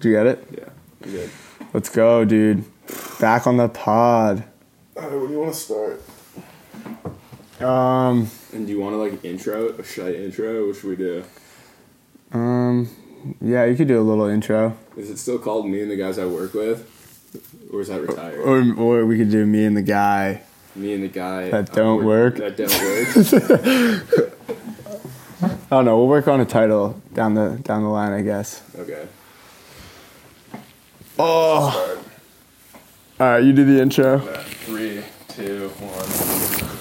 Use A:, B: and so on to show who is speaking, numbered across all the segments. A: Do you get it?
B: Yeah, I'm good.
A: Let's go, dude. Back on the pod.
C: All right, where do you want to start?
A: Um,
B: And do you want to like intro it? Should I intro? What should we do?
A: um, yeah, you could do a little intro,
B: Is it still called me and the guys I work with, or is that retired?
A: or or we could do me and the guy.
B: me and the guy
A: uh, That
B: I
A: don't work.
B: That don't work.
A: I don't know. We'll work on a title down the down the line, I guess.
B: okay.
A: Oh. All right, you do the intro.
C: Three, two, one.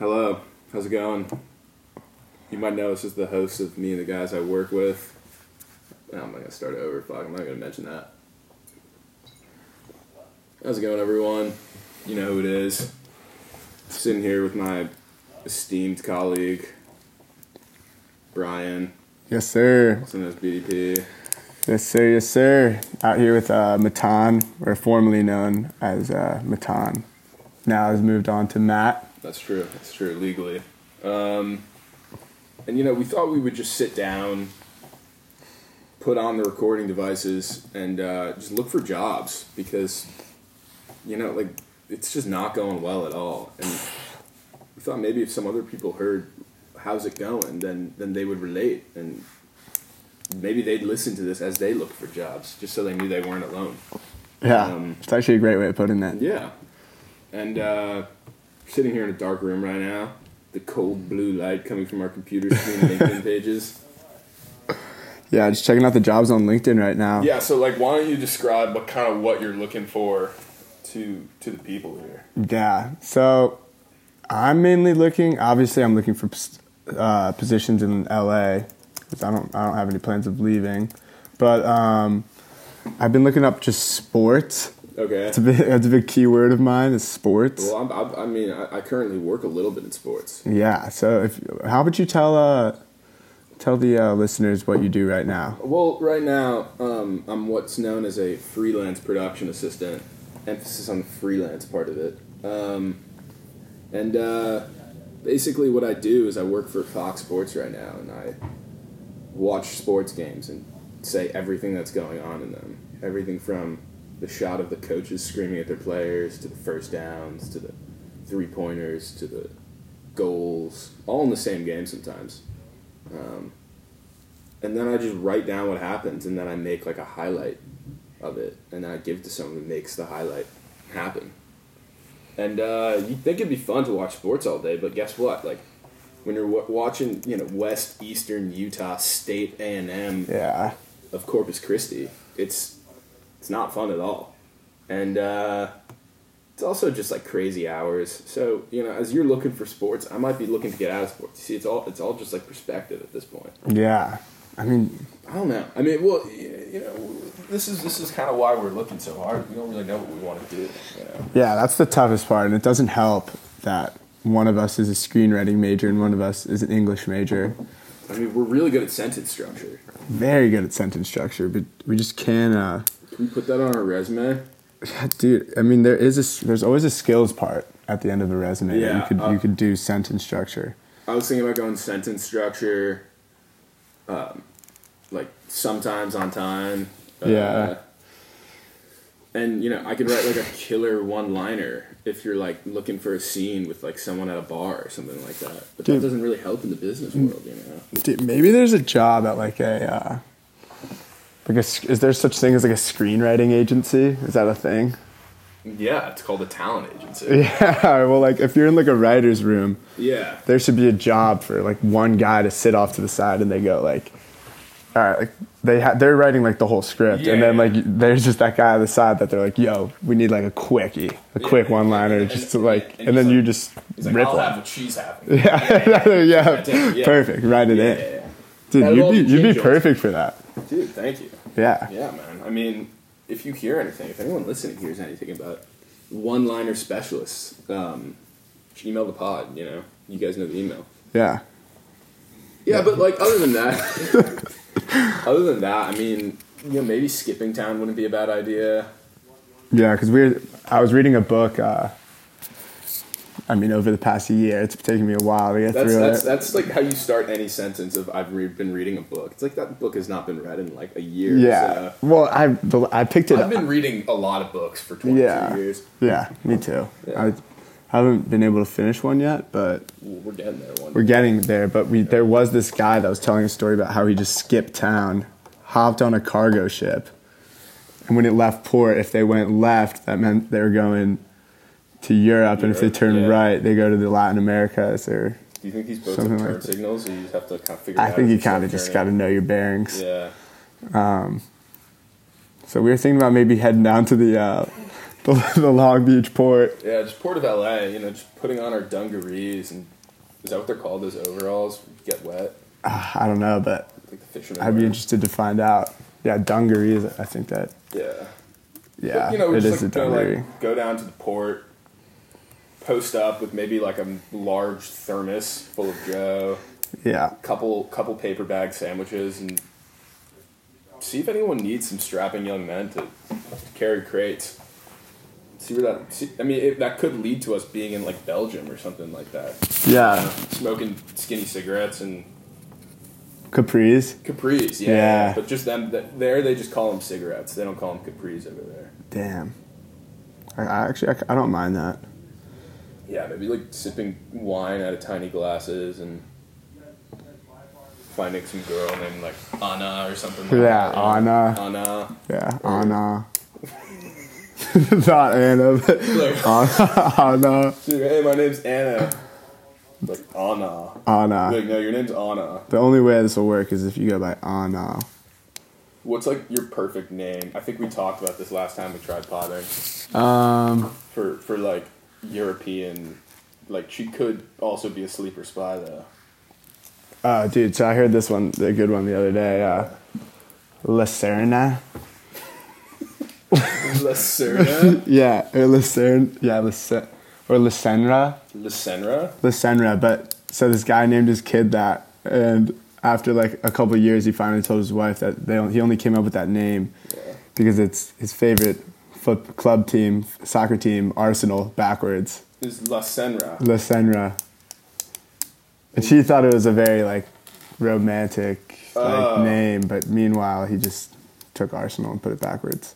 B: Hello, how's it going? You might know this is the host of me and the guys I work with. No, I'm not gonna start it over. Fuck, I'm not gonna mention that. How's it going, everyone? You know who it is. Sitting here with my esteemed colleague, Brian,
A: Yes, sir.
B: also known as BDP.
A: Yes, sir. Yes, sir. Out here with uh, Matan, or formerly known as uh, Matan. Now has moved on to Matt.
B: That's true. That's true legally. Um, and you know, we thought we would just sit down, put on the recording devices, and uh, just look for jobs because, you know, like it's just not going well at all. And we thought maybe if some other people heard, how's it going, then then they would relate and. Maybe they'd listen to this as they look for jobs, just so they knew they weren't alone.
A: Yeah,
B: Um,
A: it's actually a great way of putting that.
B: Yeah. And uh, sitting here in a dark room right now, the cold blue light coming from our computer screen and LinkedIn pages.
A: Yeah, just checking out the jobs on LinkedIn right now.
C: Yeah, so like, why don't you describe what kind of what you're looking for to to the people here?
A: Yeah. So I'm mainly looking. Obviously, I'm looking for pos- uh, positions in LA because I don't I don't have any plans of leaving. But um, I've been looking up just sports.
B: Okay.
A: That's a big, that's a big keyword of mine is sports.
B: Well, I'm, I'm, I mean, I, I currently work a little bit in sports.
A: Yeah. So if how would you tell uh, tell the uh, listeners what you do right now?
B: Well, right now, um, I'm what's known as a freelance production assistant. Emphasis on the freelance part of it. Um, and uh, basically, what I do is I work for Fox Sports right now, and I watch sports games and say everything that's going on in them. Everything from the shot of the coaches screaming at their players to the first downs to the three pointers to the goals, all in the same game sometimes. Um, and then I just write down what happens, and then I make like a highlight of it, and then I give to someone who makes the highlight happen. And uh, you'd think it'd be fun to watch sports all day, but guess what? Like when you're w- watching, you know, West Eastern Utah State A and M
A: Yeah.
B: of Corpus Christi, it's it's not fun at all, and uh, it's also just like crazy hours. So you know, as you're looking for sports, I might be looking to get out of sports. See, it's all it's all just like perspective at this point.
A: Yeah. I mean,
B: I don't know. I mean, well, y- you know,
C: This is this is kind of why we're looking so hard. We don't really know what we want to do. You know?
A: yeah, that's the toughest part, and it doesn't help that one of us is a screenwriting major and one of us is an English major.
B: I mean, we're really good at sentence structure.
A: very good at sentence structure, but we just can't. Uh,
B: Can we put that on our resume?
A: dude, I mean, there is a s there's always a skills part at the end of a resume. that you
B: Yeah,
A: could
B: uh,
A: you could do sentence structure.
B: I was thinking about going sentence structure, um, like sometimes on time. uh,
A: Yeah.
B: And you know, I could write like a killer one-liner if you're like looking for a scene with like someone at a bar or something like that. But
A: Dude. Mm.
B: that doesn't really help in the business world, you know.
A: Dude, maybe there's a job at like a uh, like a, s- is there such thing as like a screenwriting agency? Is that a thing?
B: Yeah, it's called a talent agency.
A: Yeah. Well, like if you're in like a writer's room,
B: Yeah.
A: there should be a job for like one guy to sit off to the side and they go like all right like they ha- they're writing like the whole script and then
C: Yeah.
A: like there's just that guy on the side that they're like yo we need like a quickie a quick one liner
C: and-
A: just to
C: and-
A: like
C: and
A: and then
C: he's
A: you
C: like-
A: just
C: He's like,
A: rip
C: I'll
A: them.
C: have what she's having.
A: yeah,
B: it, yeah.
A: perfect write it in
B: Yeah.
A: dude
B: That'll all
A: you'd
B: be
A: be you'd be
B: changed.
A: perfect for that
B: Dude, thank you.
A: yeah
B: Yeah, man. I mean, if you hear anything, if anyone listening hears anything about one-liner specialists, um, email the pod. You know, you guys know the email.
A: yeah
B: Yeah, but like other than that, other than that, I mean, you know, maybe skipping town wouldn't be a bad idea.
A: yeah because we were, I was reading a book uh, I mean, over the past year, it's taken me a while to get
D: That's
A: through
D: that's
A: it.
D: that's like how you start any sentence of I've re- been reading a book. It's like that book has not been read in like a year.
A: yeah. Well, I the- I picked it.
B: uh, I've
A: up.
B: been reading a lot of books for 22
A: yeah.
B: years.
A: Yeah. Me too.
D: Yeah.
A: I haven't been able to finish one yet, but
D: so we're getting there one.
A: we're getting there. But we there was this guy that was telling a story about how he just skipped town, hopped on a cargo ship, and when it left port, if they went left, that meant they were going to Europe, and if they
D: Europe,
A: turned
D: yeah.
A: right, they go to the Latin Americas or.
D: Do you think these boats
A: Something
D: have turn
A: like that.
D: signals, or you just have to kind of figure?
A: I
D: out
A: think
D: if
A: you
D: it's
A: kind of
D: like
A: just got to
D: turning?
A: know your bearings.
D: Yeah.
A: So we were thinking about maybe heading down to the uh, the, the Long Beach port.
B: Yeah, just Port of LA, you know, just putting on our dungarees and is that what they're called? Those overalls? Get wet.
A: Uh, I don't know, but
B: Like the fishermen.
A: I'd be
B: wear.
A: interested to find out. Yeah, dungaree is. I think that.
B: Yeah.
A: Yeah,
B: But, you know, we're
A: it
B: just
A: is
B: like
A: a
B: gonna
A: dungaree.
B: like go down to the port, post up with maybe like a large thermos full of Joe,
A: yeah,
B: couple couple paper bag sandwiches, and see if anyone needs some strapping young men to, to carry crates. See where that. See, I mean, it, that could lead to us being in like Belgium or something like that,
A: yeah,
B: smoking skinny cigarettes and
A: capris.
B: capris. Yeah,
A: Yeah.
B: but just them th- there, they just call them cigarettes. They don't call them capris over there.
A: Damn. I, I actually I, c- I don't mind that.
B: Yeah, maybe like sipping wine out of tiny glasses and finding some girl named like Anna or something. Like
A: Yeah,
B: that, you know?
A: Anna.
B: Anna.
A: Yeah, Anna. Not Anna, but uh,
B: Like,
A: Anna, Anna,
B: she's like, hey, my name's Anna. Like Anna. Like
A: Anna.
B: no, your name's Anna.
A: uh, The only way this will work is if you go by uh, Anna.
B: What's like your perfect name? I think we talked about this last time we tried potting
A: Um,
B: for for like European. Like she could also be a sleeper spy though.
A: oh, dude, so I heard this one, the good one, the other day. Uh, Lacerna.
B: Lacerna.
A: Yeah, or Lucerne. Yeah, Lucerne. Or Lucenra.
B: Lacenra.
A: Lucenra. But so this guy named his kid that. And after like a couple of years, he finally told his wife that they, he only came up with that name because it's his favorite foot club team, soccer team, Arsenal, backwards.
B: Is Lacenra.
A: Lucenra. And she thought it was a very like romantic like,
B: Oh.
A: name. But meanwhile, he just took Arsenal and put it backwards.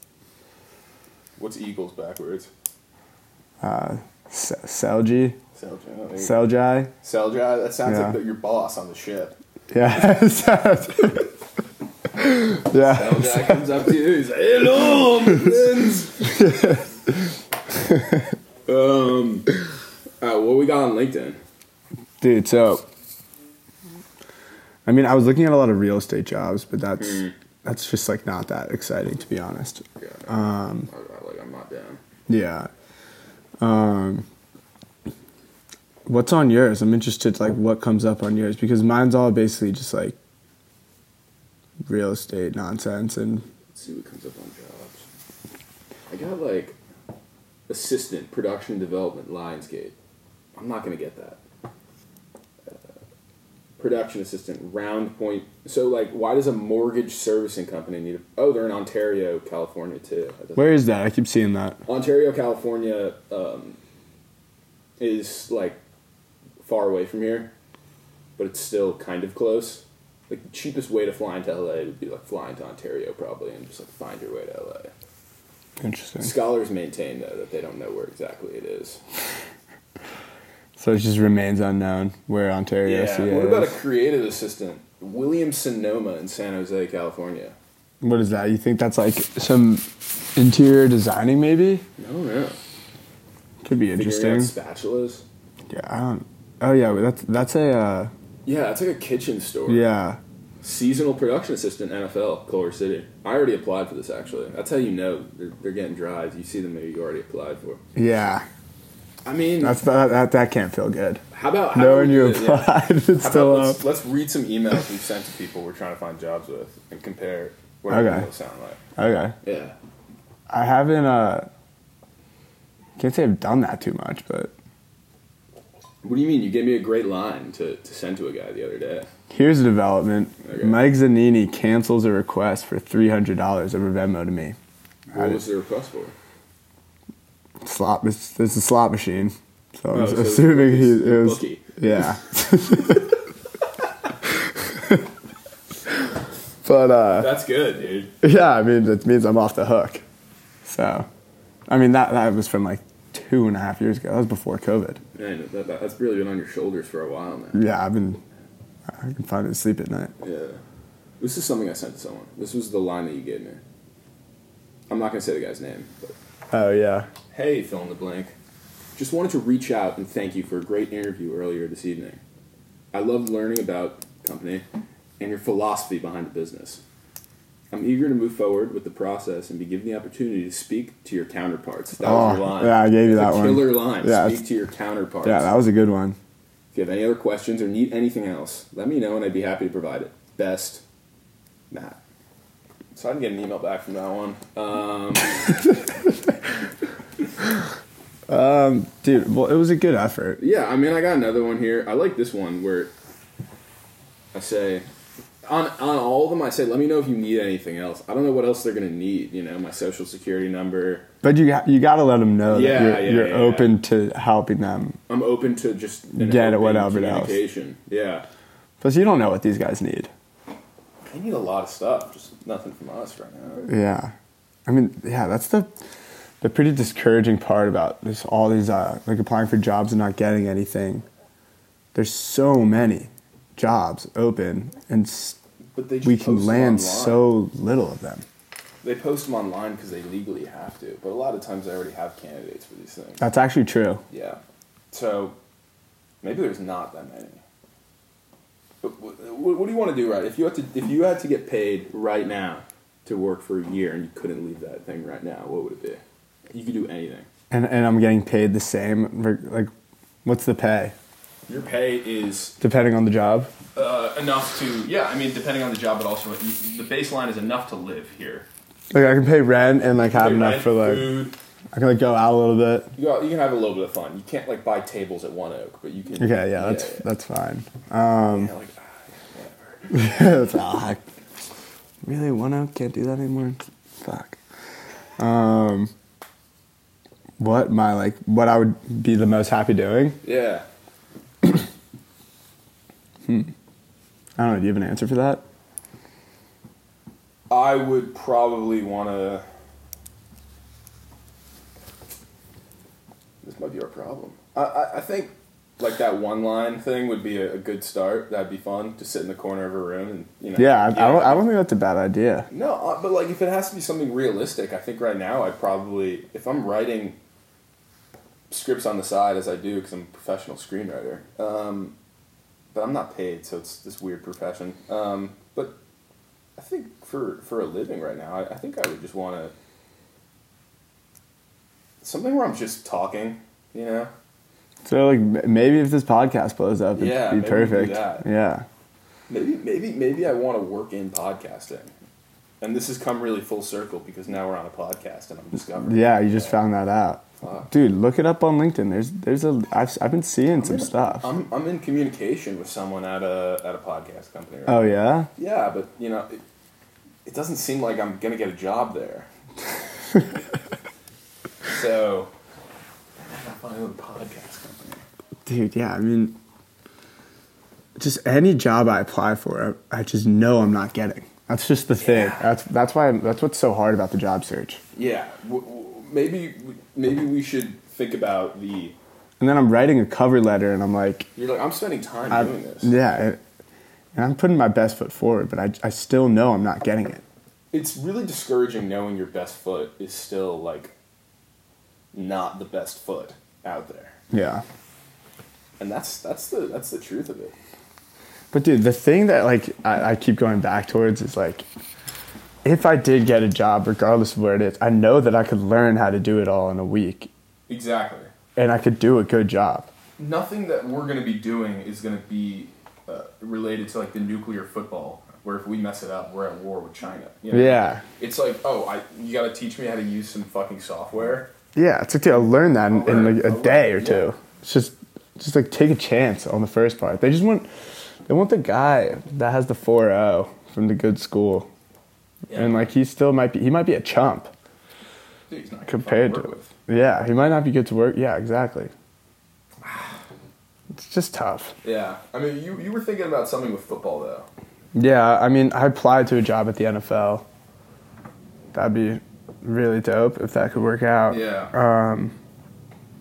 B: What's Eagles backwards?
A: Se- Selji.
B: Selja.
A: Seljai.
B: Selja. That sounds
A: Yeah.
B: like the, your boss on the ship.
A: Yeah. yeah.
B: Selja comes up to you. He's like, "Hello, my friends."
D: Um, all right, what we got on LinkedIn?
A: Dude, so I mean, I was looking at a lot of real estate jobs, but that's that's just like not that exciting to be honest.
D: Yeah. Um, like I'm not down.
A: Yeah. Um What's on yours? I'm interested like what comes up on yours because mine's all basically just like real estate nonsense and
D: Let's see what comes up on jobs. I got like assistant production development Lionsgate. I'm not gonna get that. Uh, production assistant Round Point. So like, why does a mortgage servicing company need? A, oh, they're in Ontario, California too. That doesn't-
A: where is that? I keep seeing that.
D: Ontario, California um, is like far away from here, but it's still kind of close. Like the cheapest way to fly into LA would be like flying to Ontario probably and just like find your way to LA.
A: Interesting.
D: Scholars maintain though that they don't know where exactly it is.
A: So it just remains unknown where Ontario
B: Yeah.
A: CA
B: What about a
A: is.
B: creative assistant?
D: William Sonoma in San Jose, California.
A: What is that? You think that's like some interior designing, maybe?
D: No,
B: Oh,
D: no.
A: Could be
D: Figuring out
A: interesting.
D: spatulas.
A: Yeah, I don't. Oh yeah, but that's that's a uh,
D: Yeah, it's like a kitchen store.
A: yeah.
D: Seasonal production assistant NFL, Culver City. I already applied for this actually. That's how you know they're, they're getting drives. You see the movie you already applied for.
A: Yeah,
D: I mean,
A: that's that, that. That can't feel good.
D: how about how
A: Knowing
D: about
A: you
D: we do it? Yeah.
A: applied, it's
B: How
A: still
B: about
A: up.
B: let's, let's read some emails we've sent to people we're trying to find jobs with and compare what
A: Okay.
B: people sound like.
A: Okay,
D: Yeah.
A: I haven't. uh Can't say I've done that too much, but
D: What do you mean? You gave me a great line to, to send to a guy the other day.
A: here's a development.
D: Okay.
A: Mike Zanini cancels a request for three hundred dollars over Venmo to me.
D: What was the request for?
A: Slot. This, this is a slot machine. So I'm
D: Oh,
A: s-
D: so
A: assuming he
D: he's a
A: is.
D: bookie.
A: Yeah. but uh,
B: That's good, dude.
A: yeah, I mean that means I'm off the hook. So, I mean that that was from like two and a half years ago. That was before COVID.
D: Man, that, that, that's really been on your shoulders for a while now.
A: Yeah, I've been. I can finally sleep at night.
D: Yeah. This is something I sent to someone. This was the line that you gave me. I'm not going to say the guy's name, but
A: Oh yeah.
D: hey, fill in the blank. Just wanted to reach out and thank you for a great interview earlier this evening. I love learning about company and your philosophy behind the business. I'm eager to move forward with the process and be given the opportunity to speak to your counterparts. That was
A: Oh,
D: your line.
A: yeah, I gave you
D: That's
A: that
D: a
A: one.
D: Killer line.
A: Yeah,
D: speak
A: it's-
D: to your counterparts.
A: Yeah, that was a good one.
D: If you have any other questions or need anything else, let me know and I'd be happy to provide it. Best, Matt.
B: So I can get an email back from that one.
A: Dude, well, it was a good effort.
D: Yeah, I mean, I got another one here. I like this one where I say, on on all of them, I say, let me know if you need anything else. I don't know what else they're gonna need. You know, my social security number.
A: But you ha- you gotta let them know
D: Yeah,
A: that you're,
D: yeah,
A: you're
D: yeah,
A: open to helping them.
D: I'm open to just an
A: Get it,
D: open
A: whatever it is.
D: communication. Yeah,
A: Plus, you don't know what these guys need.
B: They need a lot of stuff, just nothing from us right now.
A: Yeah, I mean, yeah, that's the the pretty discouraging part about this. All these uh, like applying for jobs and not getting anything. There's so many jobs open, and s-
B: But they just
A: we can
B: post them
A: land
B: online.
A: so little of them.
B: They post them online because they legally have to, but a lot of times they already have candidates for these things.
A: That's actually true.
B: Yeah. So maybe there's not that many. But wh- wh- what do you want to do, right? If you had to, if you had to get paid
D: right now to work for a year and you couldn't leave that thing right now, what would it be? You could do anything.
A: And and I'm getting paid the same. reg- Like, what's the pay?
B: your pay is
A: Depending on the job.
B: uh, enough to yeah. I mean, depending on the job, but also the baseline is enough to live here.
A: Like I can pay rent and like have
B: Pay
A: enough
B: rent,
A: for like
B: food.
A: I can like go out a little bit.
B: You, got, you can have a little bit of fun. You can't like buy tables at One Oak, but you can.
A: Okay, yeah, that's
B: yeah.
A: that's fine.
B: Yeah, like, ah, yeah, whatever.
A: That's- ah, I really one out can't do that anymore. Fuck. Um, what my like what I would be the most happy doing?
B: Yeah.
A: I don't know. Do you have an answer for that?
B: I would probably want to. This might be our problem. I, I, I think like that one line thing would be a, a good start. That'd be fun to sit in the corner of a room and you know.
A: Yeah, I, I don't. I don't think that's a bad idea.
B: No, uh, but like if it has to be something realistic, I think right now I probably if I'm writing scripts on the side as I do because I'm a professional screenwriter, um, but I'm not paid, so it's this weird profession. Um, but I think for for a living right now, I, I think I would just want to something where I'm just talking, you know.
A: So like m- maybe if this podcast blows up, it'd
B: Yeah,
A: be
B: maybe we do
A: perfect.
B: that.
A: Yeah.
B: Maybe, maybe, maybe I want to work in podcasting, and this has come really full circle because now we're on a podcast and I'm discovering.
A: Yeah, you just found that out.
B: Fuck.
A: Dude, look it up on LinkedIn. There's there's a I've I've been seeing some
B: in-
A: stuff.
B: I'm, I'm in communication with someone at a at a podcast company. Right?
A: Oh yeah.
B: yeah, but you know, it, it doesn't seem like I'm gonna get a job there. so, I gotta find my own podcast company.
A: Dude, yeah, I mean, just any job I apply for, I, I just know I'm not getting. That's just the thing.
B: Yeah.
A: That's that's why that's what's so hard about the job search.
B: Yeah, w- w- maybe maybe we should think about the.
A: And then I'm writing a cover letter, and I'm like,
B: You're like I'm spending time
A: I,
B: doing this.
A: yeah, and- and I'm putting my best foot forward, but I I still know I'm not getting it.
B: it's really discouraging knowing your best foot is still like not the best foot out there
A: Yeah.
B: and that's that's the that's the truth of it
A: But dude, the thing that like I, I keep going back towards is like, if I did get a job, regardless of where it is, I know that I could learn how to do it all in a week,
B: exactly
A: and I could do a good job.
B: nothing that we're going to be doing is going to be uh, related to like the nuclear football where if we mess it up we're at war with china you know?
A: Yeah.
B: it's like oh i you got to teach me how to use some fucking software
A: Yeah, it's like dude, I learned that in, in like
B: I'll
A: a
B: learn,
A: day or
B: yeah.
A: two. It's just just like take a chance on the first part. They just want they want the guy that has the 4.0 from the good school, and like he still might be he might be a chump
B: Dude, he's not gonna
A: compared
B: fucking
A: to
B: work with.
A: yeah he might not be good to work yeah exactly it's just tough.
B: Yeah. I mean, you, you were thinking about something with football, though.
A: Yeah, I mean, I applied to a job at the NFL. That'd be really dope if that could work out. uh,
B: Yeah.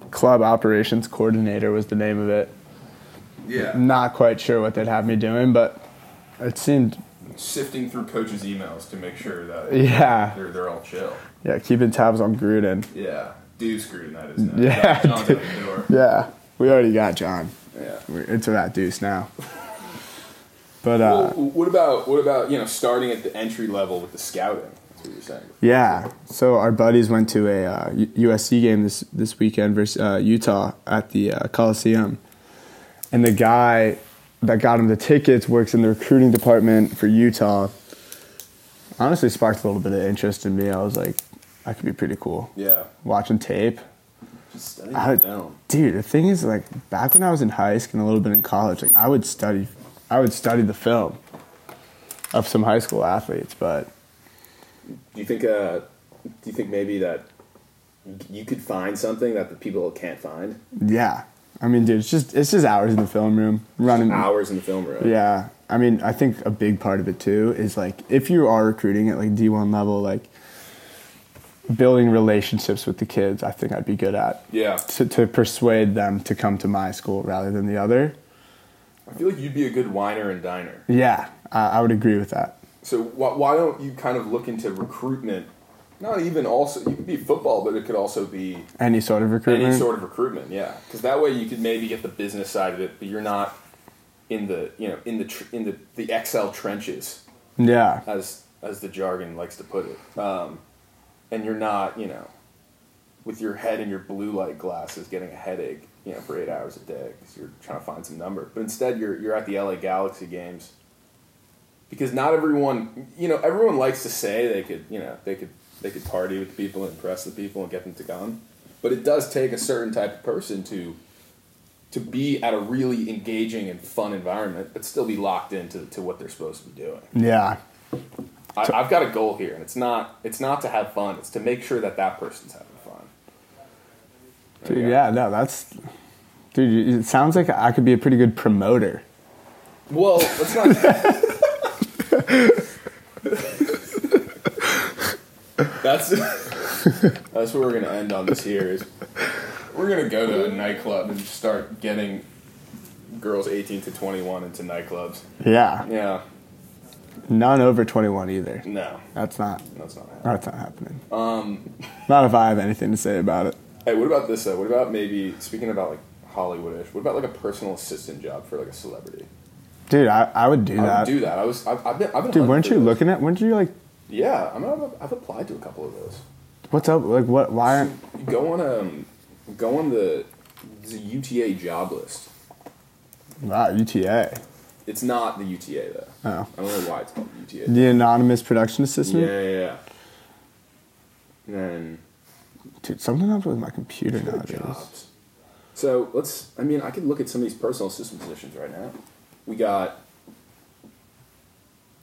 A: Club operations coordinator was the name of it.
B: yeah.
A: Not quite sure what they'd have me doing, but it seemed
B: Sifting through coaches' emails to make sure that
A: yeah,
B: they're, they're all chill.
A: yeah. Keeping tabs on Gruden.
B: Yeah. Dude screwed in that is now.
A: Yeah,
B: John- John's out the door.
A: Yeah, we already got John.
B: Yeah.
A: We're into that deuce now. But
B: Well,
A: uh,
B: what about what about you know starting at the entry level with the scouting? That's what you're saying.
A: yeah, so our buddies went to a uh, U- USC game this this weekend versus uh, Utah at the uh, Coliseum, and the guy that got him the tickets works in the recruiting department for Utah. Honestly, sparked a little bit of interest in me. I was like, I could be pretty cool.
B: Yeah.
A: Watching tape,
B: Just studying
A: I-
B: it down.
A: dude the thing is like back when i was in high school and a little bit in college like i would study i would study the film of some high school athletes but
D: Do you think? Uh, do you think maybe that you could find something that the people can't find?
A: yeah i mean dude it's just it's just hours in the film room running
D: Hours in the film room.
A: yeah i mean i think a big part of it too is like if you are recruiting at like d1 level like building relationships with the kids i think i'd be good at
B: Yeah.
A: to, to persuade them to come to my school rather than the other
B: I feel like you'd be a good whiner and diner.
A: yeah i, I would agree with that
B: So why, why don't you kind of look into recruitment? Not even also you could be football, but it could also be
A: any sort of recruitment
B: any sort of recruitment. Yeah, because that way you could maybe get the business side of it, but you're not in the you know in the tr- in the the XL trenches
A: yeah
B: as as the jargon likes to put it. Um, and you're not you know with your head in your blue light glasses getting a headache you know for eight hours a day because you're trying to find some number. But instead you're you're at the LA Galaxy games because not everyone you know everyone likes to say they could you know they could they could party with the people and impress the people and get them to come but it does take a certain type of person to to be at a really engaging and fun environment but still be locked into to what they're supposed to be doing
A: Yeah,
B: I, i've got a goal here and it's not it's not to have fun it's to make sure that that person's having fun
A: dude. Yeah, no, that's dude. you- It sounds like I could be a pretty good promoter.
B: well let's not that's That's where we're gonna end on this here. Is we're gonna go to a nightclub and start getting girls eighteen to twenty one into nightclubs.
A: Yeah,
B: Yeah.
A: none over twenty one either.
B: No,
A: That's not.
B: that's not happening.
A: That's not happening. Um, not if I have anything to say about it.
B: Hey, what about this though? What about maybe speaking about like Hollywoodish? What about like a personal assistant job for like a celebrity?
A: Dude, I, I would do
B: I
A: that.
B: would do that. I was. I've, I've been. I've been
A: dude,
B: hunting
A: weren't
B: for
A: you
B: those.
A: looking at? Weren't you like,
B: Yeah, I'm. I've, I've applied to a couple of those.
A: what's up? Like, what? Why? aren't-
B: You go on um, go on the the UTA job list.
A: Wow, UTA.
B: It's not the UTA though.
A: Oh,
B: I don't know why it's called UTA.
A: the anonymous production assistant.
B: Yeah, yeah, yeah. And then
A: Dude, something up with my computer
B: other
A: nowadays.
B: jobs. So let's. I mean, I could look at some of these personal assistant positions right now. We got.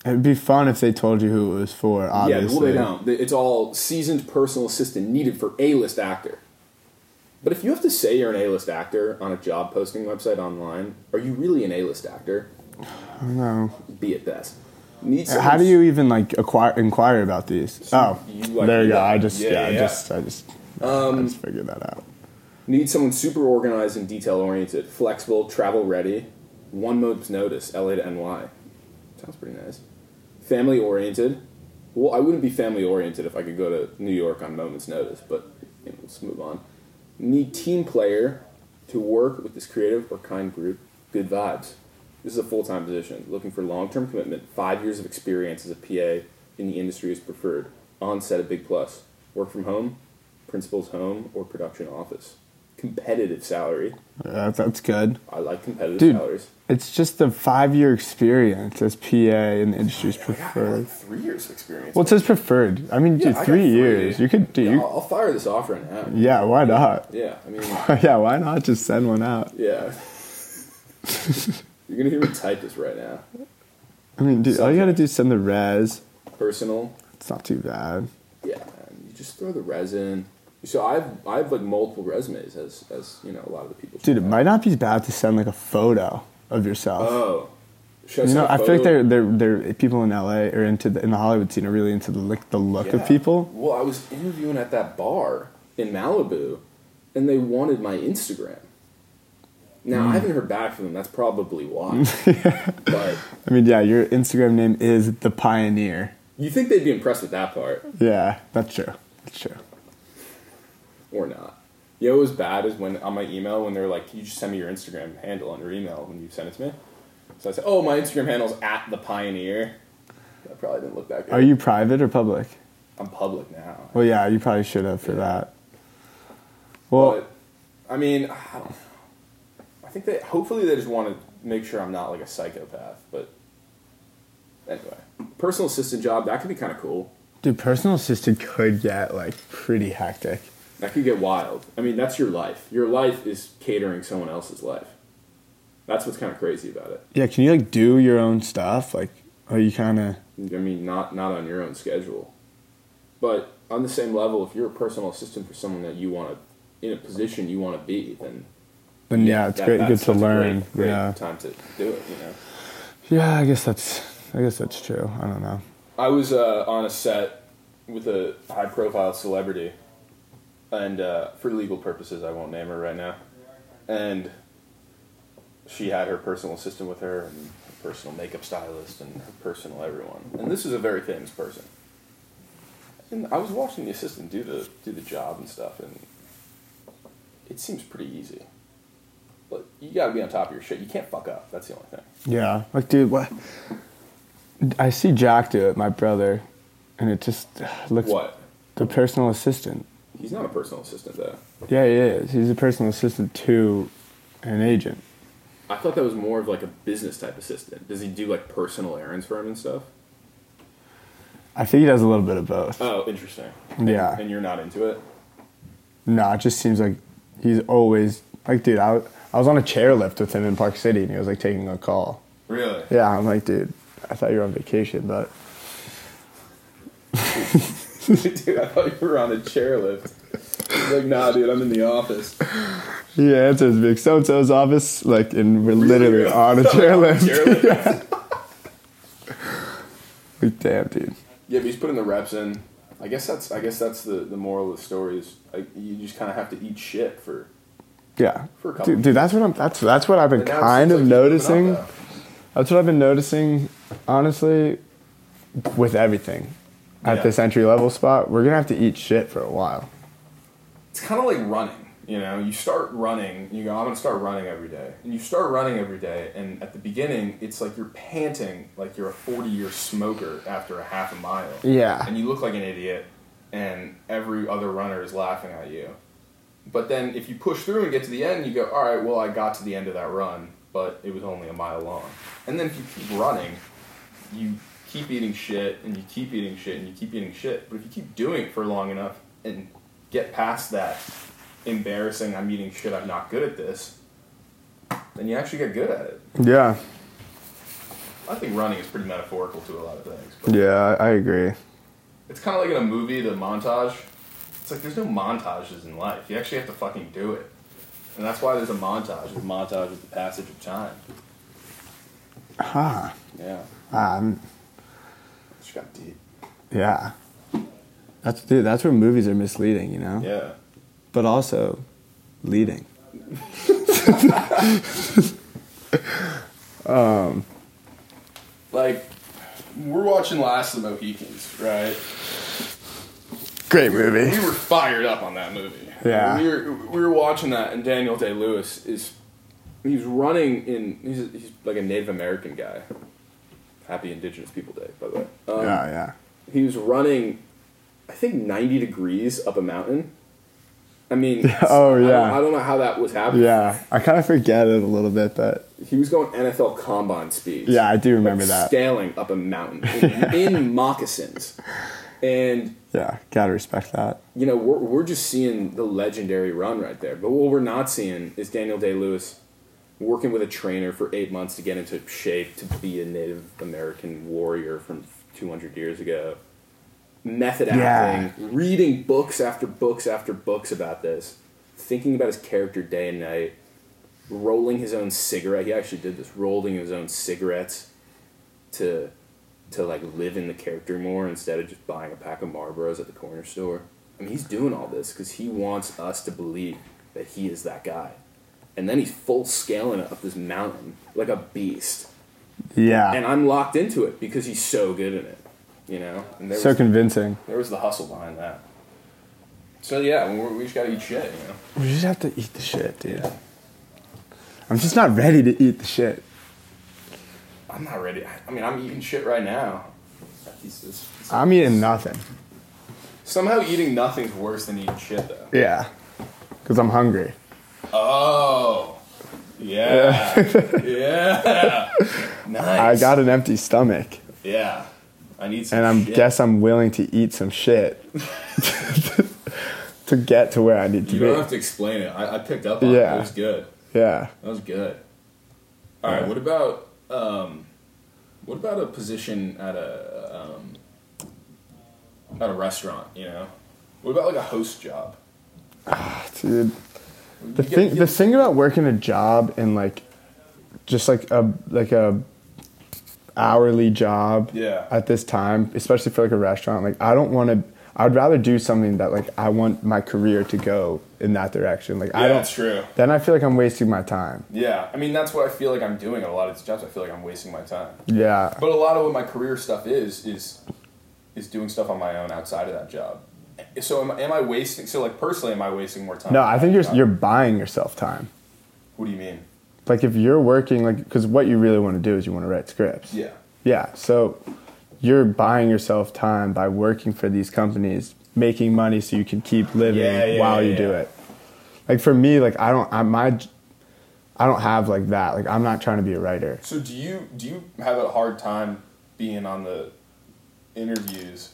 A: It'd be fun if they told you who it was for. Obviously,
B: Yeah, well, they don't. They- It's all seasoned personal assistant needed for A-list actor. But if you have to say you're an A-list actor on a job posting website online, are you really an A-list actor?
A: I don't know.
B: Be at best. Need someone-
A: How do you even like acquire inquire about these? Oh,
B: you, like,
A: there you go.
B: yeah,
A: I just
B: yeah,
A: yeah, I
B: yeah. Mm.
A: just I just I just figured that out.
B: um, Need someone super organized and detail oriented, flexible, travel ready, one month's notice, LA to NY. Sounds pretty nice. Family oriented. Well, I wouldn't be family oriented if I could go to New York on a moment's notice, but you know, let's move on. Need team player to work with this creative or kind group. Good vibes. This is a full time position. Looking for long term commitment. Five years of experience as a PA in the industry is preferred. On set a big plus. Work from home, principal's home, or production office. Competitive salary.
A: That, that's good.
B: I like competitive
A: Dude.
B: salaries.
A: It's just the five year experience as PA in the industry is preferred.
B: three years of experience.
A: Well, it says preferred. I mean,
B: Yeah,
A: dude,
B: I got
A: three
B: three.
A: years. You could do.
B: Yeah, I'll,
A: You,
B: I'll fire this off right now.
A: yeah, why not?
B: Yeah, I mean,
A: yeah, why not just send one out?
B: yeah. You're gonna hear me type this right now.
A: I mean, dude, all you gotta do is send the res.
B: Personal,
A: It's not too bad.
B: yeah. Man, you just throw the resin. So I've I've like multiple resumes as as you know a lot of the people.
A: Dude, it might not be bad to send like a photo of yourself.
B: Oh, should
A: you
B: send
A: know,
B: a
A: I feel like
B: photo?
A: they're they're they're people in LA or into the, in the Hollywood scene are really into the look the look
B: Yeah.
A: of people.
B: Well, I was interviewing at that bar in Malibu, and they wanted my Instagram.
A: Mm.
B: Now I haven't heard back from them. That's probably why. But
A: I mean, yeah, your Instagram name is the Pioneer.
B: you think they'd be impressed with that part
A: Yeah, that's true. That's true.
B: or not? You know, what was bad is when on my email when they're like, "Can you just send me your Instagram handle on your email when you send it to me?" So I said, "Oh, my Instagram handle's at the Pioneer." That probably didn't look that good.
A: Are you private or public?
B: I'm public now.
A: Well, yeah, you probably should have for that. Well,
B: but, I mean, I don't know. I think they hopefully they just want to make sure I'm not like a psychopath. But anyway, personal assistant job that could be kind of cool.
A: dude, personal assistant could get like pretty hectic.
B: That could get wild. I mean, that's your life. Your life is catering someone else's life. That's what's kind of crazy about it.
A: Yeah, can you like do your own stuff? Like, are you kind of
B: I mean, not not on your own schedule, but on the same level, if you're a personal assistant for someone that you want to in a position you want to be, then
A: then yeah, it's
B: that-
A: great,
B: that's-
A: good to
B: that's a great-
A: learn.
B: Great
A: yeah,
B: time to do it. You know.
A: yeah, I guess that's I guess that's true. I don't know.
B: I was uh, on a set with a high profile celebrity, and uh, for legal purposes, I won't name her right now. And she had her personal assistant with her, and her personal makeup stylist, and her personal everyone. And this is a very famous person. And I was watching the assistant do the do the job and stuff, and it seems pretty easy. But you got to be on top of your shit. You can't fuck up. That's the only thing.
A: Yeah, like dude, what? I see Jack do it, my brother, and it just looks
B: What?
A: the personal assistant.
B: He's not a personal assistant though.
A: Yeah, he is. He's a personal assistant to an agent.
B: I thought that was more of like a business type assistant. Does he do like personal errands for him and stuff?
A: I think he does a little bit of both.
B: Oh, interesting.
A: Yeah.
B: And you're not into it?
A: No, it just seems like he's always like, dude. I was, I was on a chairlift with him in Park City, and he was like taking a call.
B: Really?
A: Yeah, I'm like, dude, I thought you were on vacation, but
B: dude, I thought you were on a chairlift. He's like, nah, dude, I'm in the office.
A: he answers Big So and So's office, like, and we're literally on a chairlift.
B: Chairlift? Yeah.
A: like, damn, dude.
B: but he's putting the reps in. I guess that's I guess that's the, the moral of the story is like, you just kind of have to eat shit for.
A: Yeah,
B: For a couple
A: dude, dude, that's what I'm. That's that's what I've been
B: And now it
A: kind of
B: seems like he's
A: noticing.
B: opening up,
A: That's what I've been noticing, honestly, with everything. At
B: Yeah.
A: this entry level spot, we're gonna have to eat shit for a while.
B: though. It's kind of like running. You know, you start running. You go, I'm gonna start running every day, and you start running every day. And at the beginning, it's like you're panting, like you're a 40 year smoker after a half a mile.
A: Yeah,
B: and you look like an idiot, and every other runner is laughing at you. But then if you push through and get to the end, you go, all right, well, I got to the end of that run, but it was only a mile long. And then if you keep running, you keep eating shit, and you keep eating shit, and you keep eating shit. But if you keep doing it for long enough and get past that embarrassing, I'm eating shit, I'm not good at this, then you actually get good at it.
A: yeah,
B: I think running is pretty metaphorical to a lot of things. But
A: yeah. I I agree.
B: It's kind of like in a movie, the montage. It's like there's no montages in life. You actually have to fucking do it, and that's why there's a montage. There's a montage with the passage of time.
A: Huh.
B: Yeah,
A: Um,
B: it's got deep.
A: yeah. That's dude. That's where movies are misleading, you know.
B: Yeah,
A: But also, leading.
B: like we're watching Last of the Mohicans, right?
A: Great movie.
B: We were fired up on that movie.
A: Yeah.
B: we were we were watching that, and Daniel Day Lewis is he's running in. He's he's like a Native American guy. Happy Indigenous People Day, by the way. Um,
A: yeah, yeah.
B: he was running, I think ninety degrees up a mountain. I mean,
A: Oh,
B: I don't- I
A: yeah.
B: don't, know how that was happening.
A: Yeah, I kind of forget it a little bit, but
B: he was going NFL combine speed.
A: yeah, I do remember that.
B: scaling up a mountain in, in moccasins, and
A: Yeah, gotta respect that.
B: you know we're we're just seeing the legendary run right there. But what we're not seeing is Daniel Day Lewis working with a trainer for eight months to get into shape to be a Native American warrior from two hundred years ago.
D: method
A: Yeah.
D: acting, reading books after books after books about this, thinking about his character day and night, rolling his own cigarette. He actually did this, rolling his own cigarettes to to like live in the character more instead of just buying a pack of Marlboros at the corner store. I mean, he's doing all this because he wants us to believe that he is that guy. And then he's full scaling up this mountain like a beast. And
A: Yeah.
D: I'm locked into it because he's so good in it, you know? And there
A: So
D: was-
A: convincing.
B: There was the hustle behind that. So yeah, we, we just gotta eat shit, you know.
A: We just have to eat the shit, dude. I'm just not ready to eat the shit.
B: I'm not ready. I mean, I'm eating shit right now. That piece is-
A: I'm eating nothing.
B: Somehow eating nothing's worse than eating shit, though.
A: Yeah. Because I'm hungry.
B: Oh, yeah, yeah.
A: I
B: nice.
A: got an empty stomach.
B: Yeah, I need some.
A: And I'm
B: shit.
A: guess I'm willing to eat some shit to get to where I need to
B: You
A: be.
B: don't have to explain it. I, I picked up on it.
A: Yeah.
B: It was good.
A: Yeah.
B: That was good. All right.
A: Yeah.
B: What about um, what about a position at a um, at a restaurant? You know, what about like a host job?
A: Dude. The
B: You get-
A: thing,
B: you-
A: the thing about working a job and like, just like a like a hourly job.
B: Yeah.
A: At this time, especially for like a restaurant, like I don't want to. I would rather do something that like I want my career to go in that direction. Like I
B: yeah,
A: don't.
B: that's true.
A: Then I feel like I'm wasting my time.
B: Yeah, I mean that's what I feel like I'm doing at a lot of these jobs. I feel like I'm wasting my time.
A: Yeah.
B: But a lot of what my career stuff is is is doing stuff on my own outside of that job. So am, am I wasting? So like personally, am I wasting more time?
A: No, I think
B: on
A: you're
B: that job?
A: you're buying yourself time.
B: What do you mean?
A: Like if you're working like because what you really want to do is you want to write scripts.
B: Yeah.
A: Yeah. So you're buying yourself time by working for these companies, making money so you can keep living
B: Yeah, yeah,
A: while
B: yeah,
A: you do
B: yeah.
A: it. Like for me, like I don't, I my, I don't have like that. Like I'm not trying to be a writer.
B: So do you do you have a hard time being on the interviews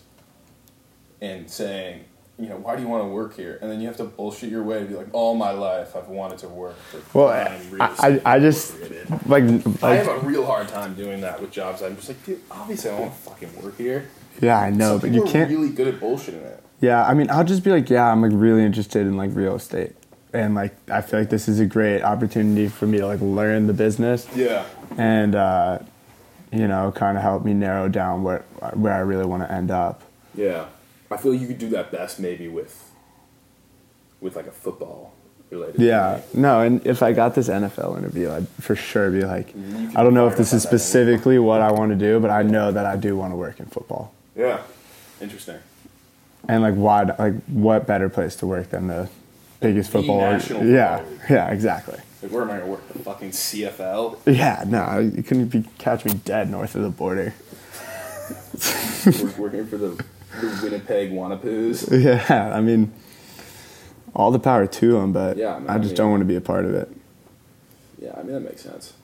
B: and saying, you know, why do you want to work here? And then you have to bullshit your way to be like, all my life I've wanted to work. For
A: Well,
B: Prime Real
A: I- I-
B: Estate
A: I just-
B: Incorporated."
A: Like,
B: I
A: like
B: have a real hard time doing that with jobs. I'm just like, dude, obviously I don't want to fucking work here.
A: yeah, I know,
B: Some
A: but
B: people
A: you
B: are
A: can't.
B: really good at bullshitting it.
A: Yeah, I mean, I'll just be like, yeah, I'm like really interested in like real estate, and like I feel like this is a great opportunity for me to like learn the business.
B: Yeah.
A: and uh, you know, kind of help me narrow down where where I really want to end up.
B: Yeah. I feel you could do that best maybe with with like a football related.
A: Yeah, no, and if I got this NFL interview, I'd for sure be like,
B: You
A: I don't know if
B: can
A: this is
B: fire up that
A: specifically what I want to do, but I know that I do want to work in football.
B: Yeah. Interesting.
A: And like, why? Like, what better place to work than the biggest
B: The
A: football?
B: National
A: yeah,
B: Football League.
A: yeah, exactly.
B: Like, where am I gonna work? The fucking CFL?
A: Yeah, no, you couldn't be catch me dead north of the border.
D: We're working for the, the Winnipeg Wannapoos.
A: Yeah, I mean, all the power to them, but
D: Yeah, man,
A: I just
D: I mean-
A: don't want to be a part of it.
D: Yeah, I mean, that makes sense.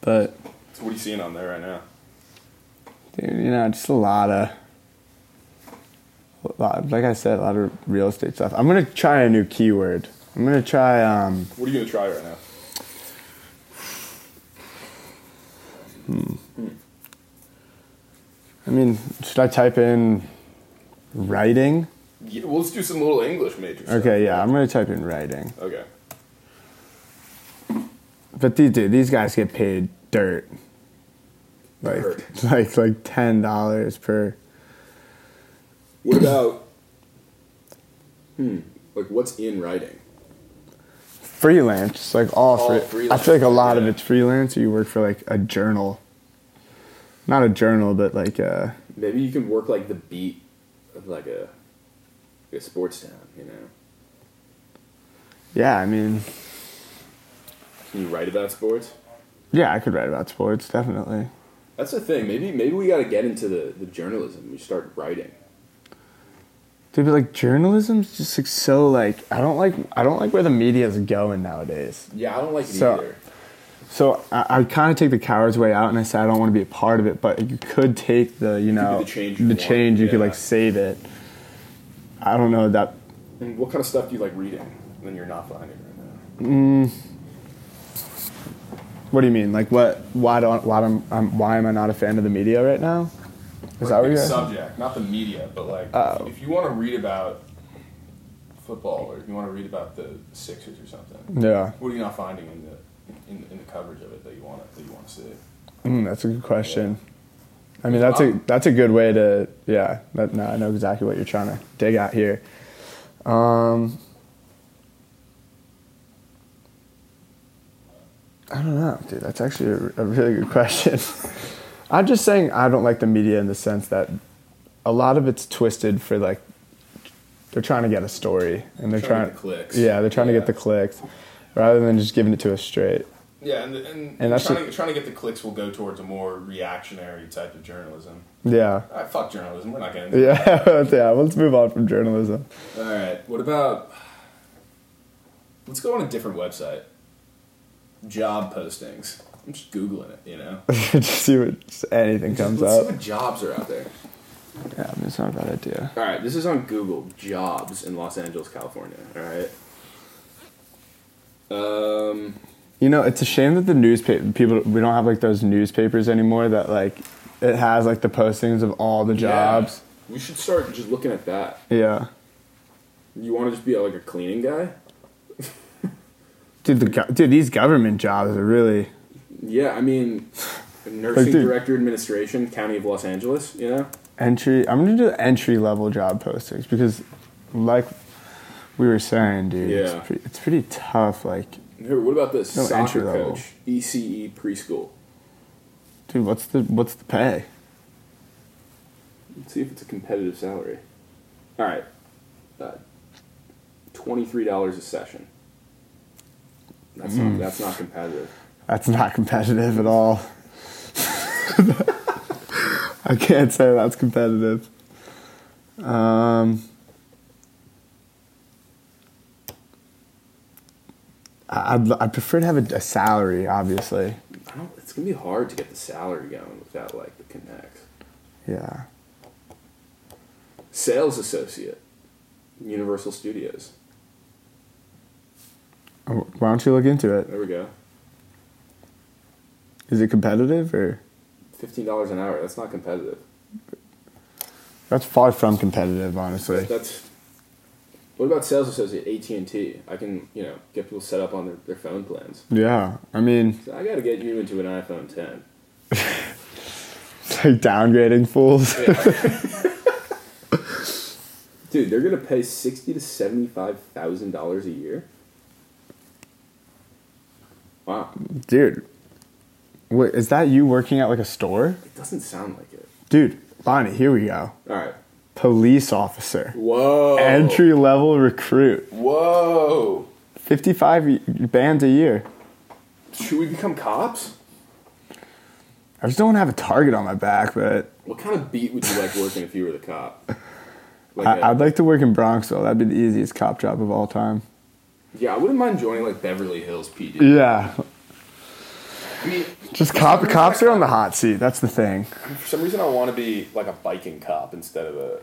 A: But
B: So what are you seeing on there right now?
A: Dude, you know, just a lot of, a lot, like I said, a lot of real estate stuff. I'm gonna try a new keyword. I'm gonna try. Um,
B: What are you gonna try right now?
A: I mean, should I type in writing?
B: Yeah, well, let's do some little English major. Stuff.
A: Okay, yeah, I'm gonna type in writing.
B: Okay.
A: But these dude, these guys get paid dirt, like
B: Dirt.
A: like like ten dollars per.
D: What about, hmm, like what's in writing?
A: Freelance, like all,
D: All
A: free, I
D: freelance,
A: feel like a lot of
B: yeah.
A: it's freelance. Or you work for like a journal, not a journal, but like uh,
D: Maybe you can work like the beat of like a, like a sports town, you know?
A: yeah. I mean,
D: Can you write about sports?
A: Yeah, I could write about sports, definitely.
D: That's the thing. Maybe maybe we got to get into the, the journalism. We start writing.
A: Dude, but like journalism's just like so like I don't like I don't like where the media is going nowadays.
D: Yeah, I don't like it
A: So-
D: either.
A: So I, I kind of take the coward's way out, and I say I don't want to be a part of it. But you could take the you know
D: the change you
A: the
D: want,
A: change, you could
D: yeah.
A: like save it. I don't know that
B: And what kind of stuff do you like reading when you're not finding right now?
A: What do you mean? Like what? Why don't? Why am? I'm, why am I not a fan of the media right now? Is that what
B: Pick a
A: you?
B: subject, not the media, but like
A: Oh.
B: if you want to read about football or if you want to read about the Sixers or something,
A: Yeah,
B: what are you not finding in the in, in the coverage of it that you want to, that you want to see?
A: mm, that's a good question. I mean, that's a that's a good way to yeah. That, no, I know exactly what you're trying to dig out here. Um, I don't know, dude. That's actually a, a really good question. I'm just saying I don't like the media in the sense that a lot of it's twisted for like they're trying to get a story and they're
B: Trying
A: trying,
B: to get the clicks.
A: Yeah, they're trying to
B: Yeah.
A: get the clicks rather than just giving it to us straight.
B: Yeah, and and,
A: And that's
B: trying,
A: what-
B: to, trying to get the clicks will go towards a more reactionary type of journalism.
A: Yeah.
B: Ah, fuck journalism. We're not getting. into
A: Yeah, yeah. Let's move on from journalism.
B: All right. What about? Let's go on a different website. Job postings. I'm just googling it. You know.
A: just see what just anything comes
B: Let's see
A: up.
B: what jobs are out there.
A: Yeah, I mean, it's not a bad idea.
D: All right, this is on Google jobs in Los Angeles, California. All right. Um,
A: You know, it's a shame that the newspaper people we don't have like those newspapers anymore that like it has like the postings of all the jobs.
D: yeah, we should start just looking at that.
A: Yeah.
D: You want to just be like a cleaning guy?
A: Dude, the go- dude, these government jobs are really
D: Yeah, I mean, nursing
A: dude.
D: director, administration, County of Los Angeles. You know,
A: entry. I'm gonna do entry level job postings because, like we were saying, dude,
D: Yeah.
A: it's, pretty, it's pretty tough. Like,
D: Here, what about this
A: No,
D: soccer
A: entry level.
D: coach, ECE preschool?
A: dude, what's the what's the pay?
D: Let's see if it's a competitive salary. All right, uh, twenty-three dollars a session. That's
A: Mm.
D: not that's not competitive.
A: That's not competitive at all. I can't say that's competitive. Um, I- I'd, I prefer to have a, a salary, obviously.
D: I don't, it's gonna be hard to get the salary going without like the connects.
A: Yeah.
D: Sales associate, Universal Studios.
A: Oh, Why don't you look into it?
D: There we go.
A: Is it competitive or?
D: Fifteen dollars an hour. That's not competitive.
A: That's far from competitive, honestly.
D: That's. What about sales associate AT and T? I can you know get people set up on their, their phone plans.
A: Yeah. I mean,
D: So I got to get you into an iPhone 10.
A: it's like downgrading fools.
D: Dude, they're gonna pay sixty to seventy-five thousand dollars a year. Wow,
A: Dude, what, is that you working at like a store?
D: it doesn't sound like it.
A: Dude, Bonnie, here we go.
D: All right.
A: police officer,
B: Whoa.
A: entry level recruit,
B: Whoa.
A: 55 y- bands a year.
D: Should we become cops?
A: I just don't want to have a target on my back, but
D: What kind of beat would you like working if you were the cop? Like
A: I,
D: a-
A: I'd like to work in Bronxville. That'd be the easiest cop job of all time.
B: Yeah, I wouldn't mind joining like Beverly Hills PD.
A: Yeah,
B: I mean,
A: just cop cops are on the hot seat. That's the thing.
B: for some reason, I want to be like a biking cop instead of a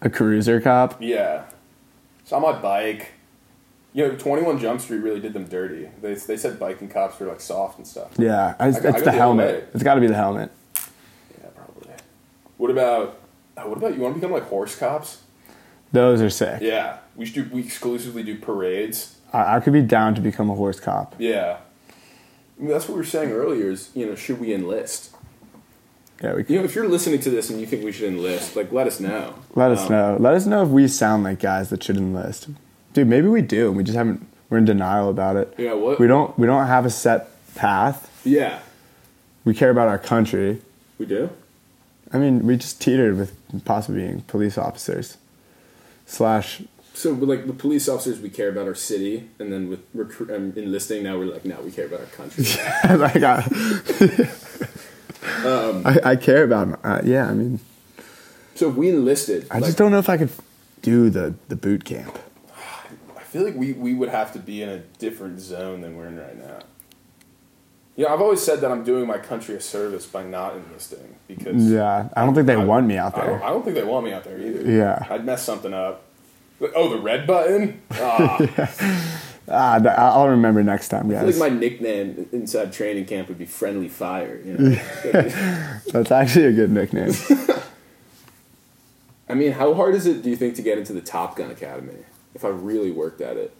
A: A cruiser cop.
B: Yeah. So on my bike, you know, 21 Jump Street really did them dirty. They, they said biking cops were like soft and stuff.
A: Yeah, I,
B: I got- I
A: it's
B: got
A: the
B: the other way.
A: helmet. It's got to be the helmet.
B: Yeah, probably. What about, uh, what about, you want to become like horse cops?
A: Those are sick.
B: Yeah. We should do, we exclusively do parades.
A: I, I could be down to become a horse cop.
B: Yeah. I mean, that's what we were saying earlier is, you know, should we enlist?
A: Yeah, we could.
D: You know, if you're listening to this and you think we should enlist, like, let us know.
A: Let us
D: Um,
A: know. Let us know if we sound like guys that should enlist. Dude, maybe we do, and we just haven't. We're in denial about it.
D: Yeah, what-
A: We don't. We don't have a set path.
D: Yeah,
A: We care about our country.
D: we do.
A: I mean, we just teetered with possibly being police officers. Slash,
D: So, but, like, the police officers, we care about our city, and then with recruit um, enlisting, now we're like, now we care about our country.
A: like I,
B: Um,
A: I, I care about. My, uh, yeah, I mean,
D: so, if we enlisted,
A: I just don't know if I could do the the boot camp.
B: I feel like we, we would have to be in a different zone than we're in right now. You know, I've always said that I'm doing my country a service by not enlisting because
A: Yeah, I don't think they want me out
B: I don't,
A: there.
B: I don't think they want me out there either.
A: Yeah.
B: I'd mess something up. Like, Oh, the red button? Ah,
A: Ah, th- I- I'll remember next time,
B: I feel
A: guys.
B: like my nickname inside training camp would be Friendly Fire. You know?
A: That's actually a good nickname.
B: I mean, how hard is it, do you think, to get into the Top Gun Academy? If I really worked at it,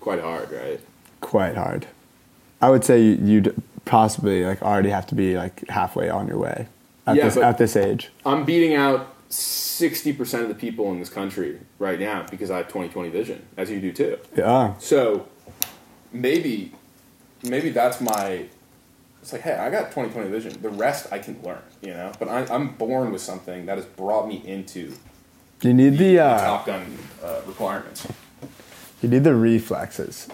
B: quite hard, right?
A: Quite hard. I would say you- you'd possibly like already have to be like halfway on your way at
B: Yeah,
A: this
B: but-
A: at this age.
B: I'm beating out 60% of the people in this country right now because I have 20/20 vision, as you do too.
A: Yeah.
B: So,
E: maybe maybe that's my it's like hey i got 2020 vision the rest i can learn you know but I, i'm born with something that has brought me into
A: You need the uh,
E: top gun uh, requirements
A: you need the reflexes.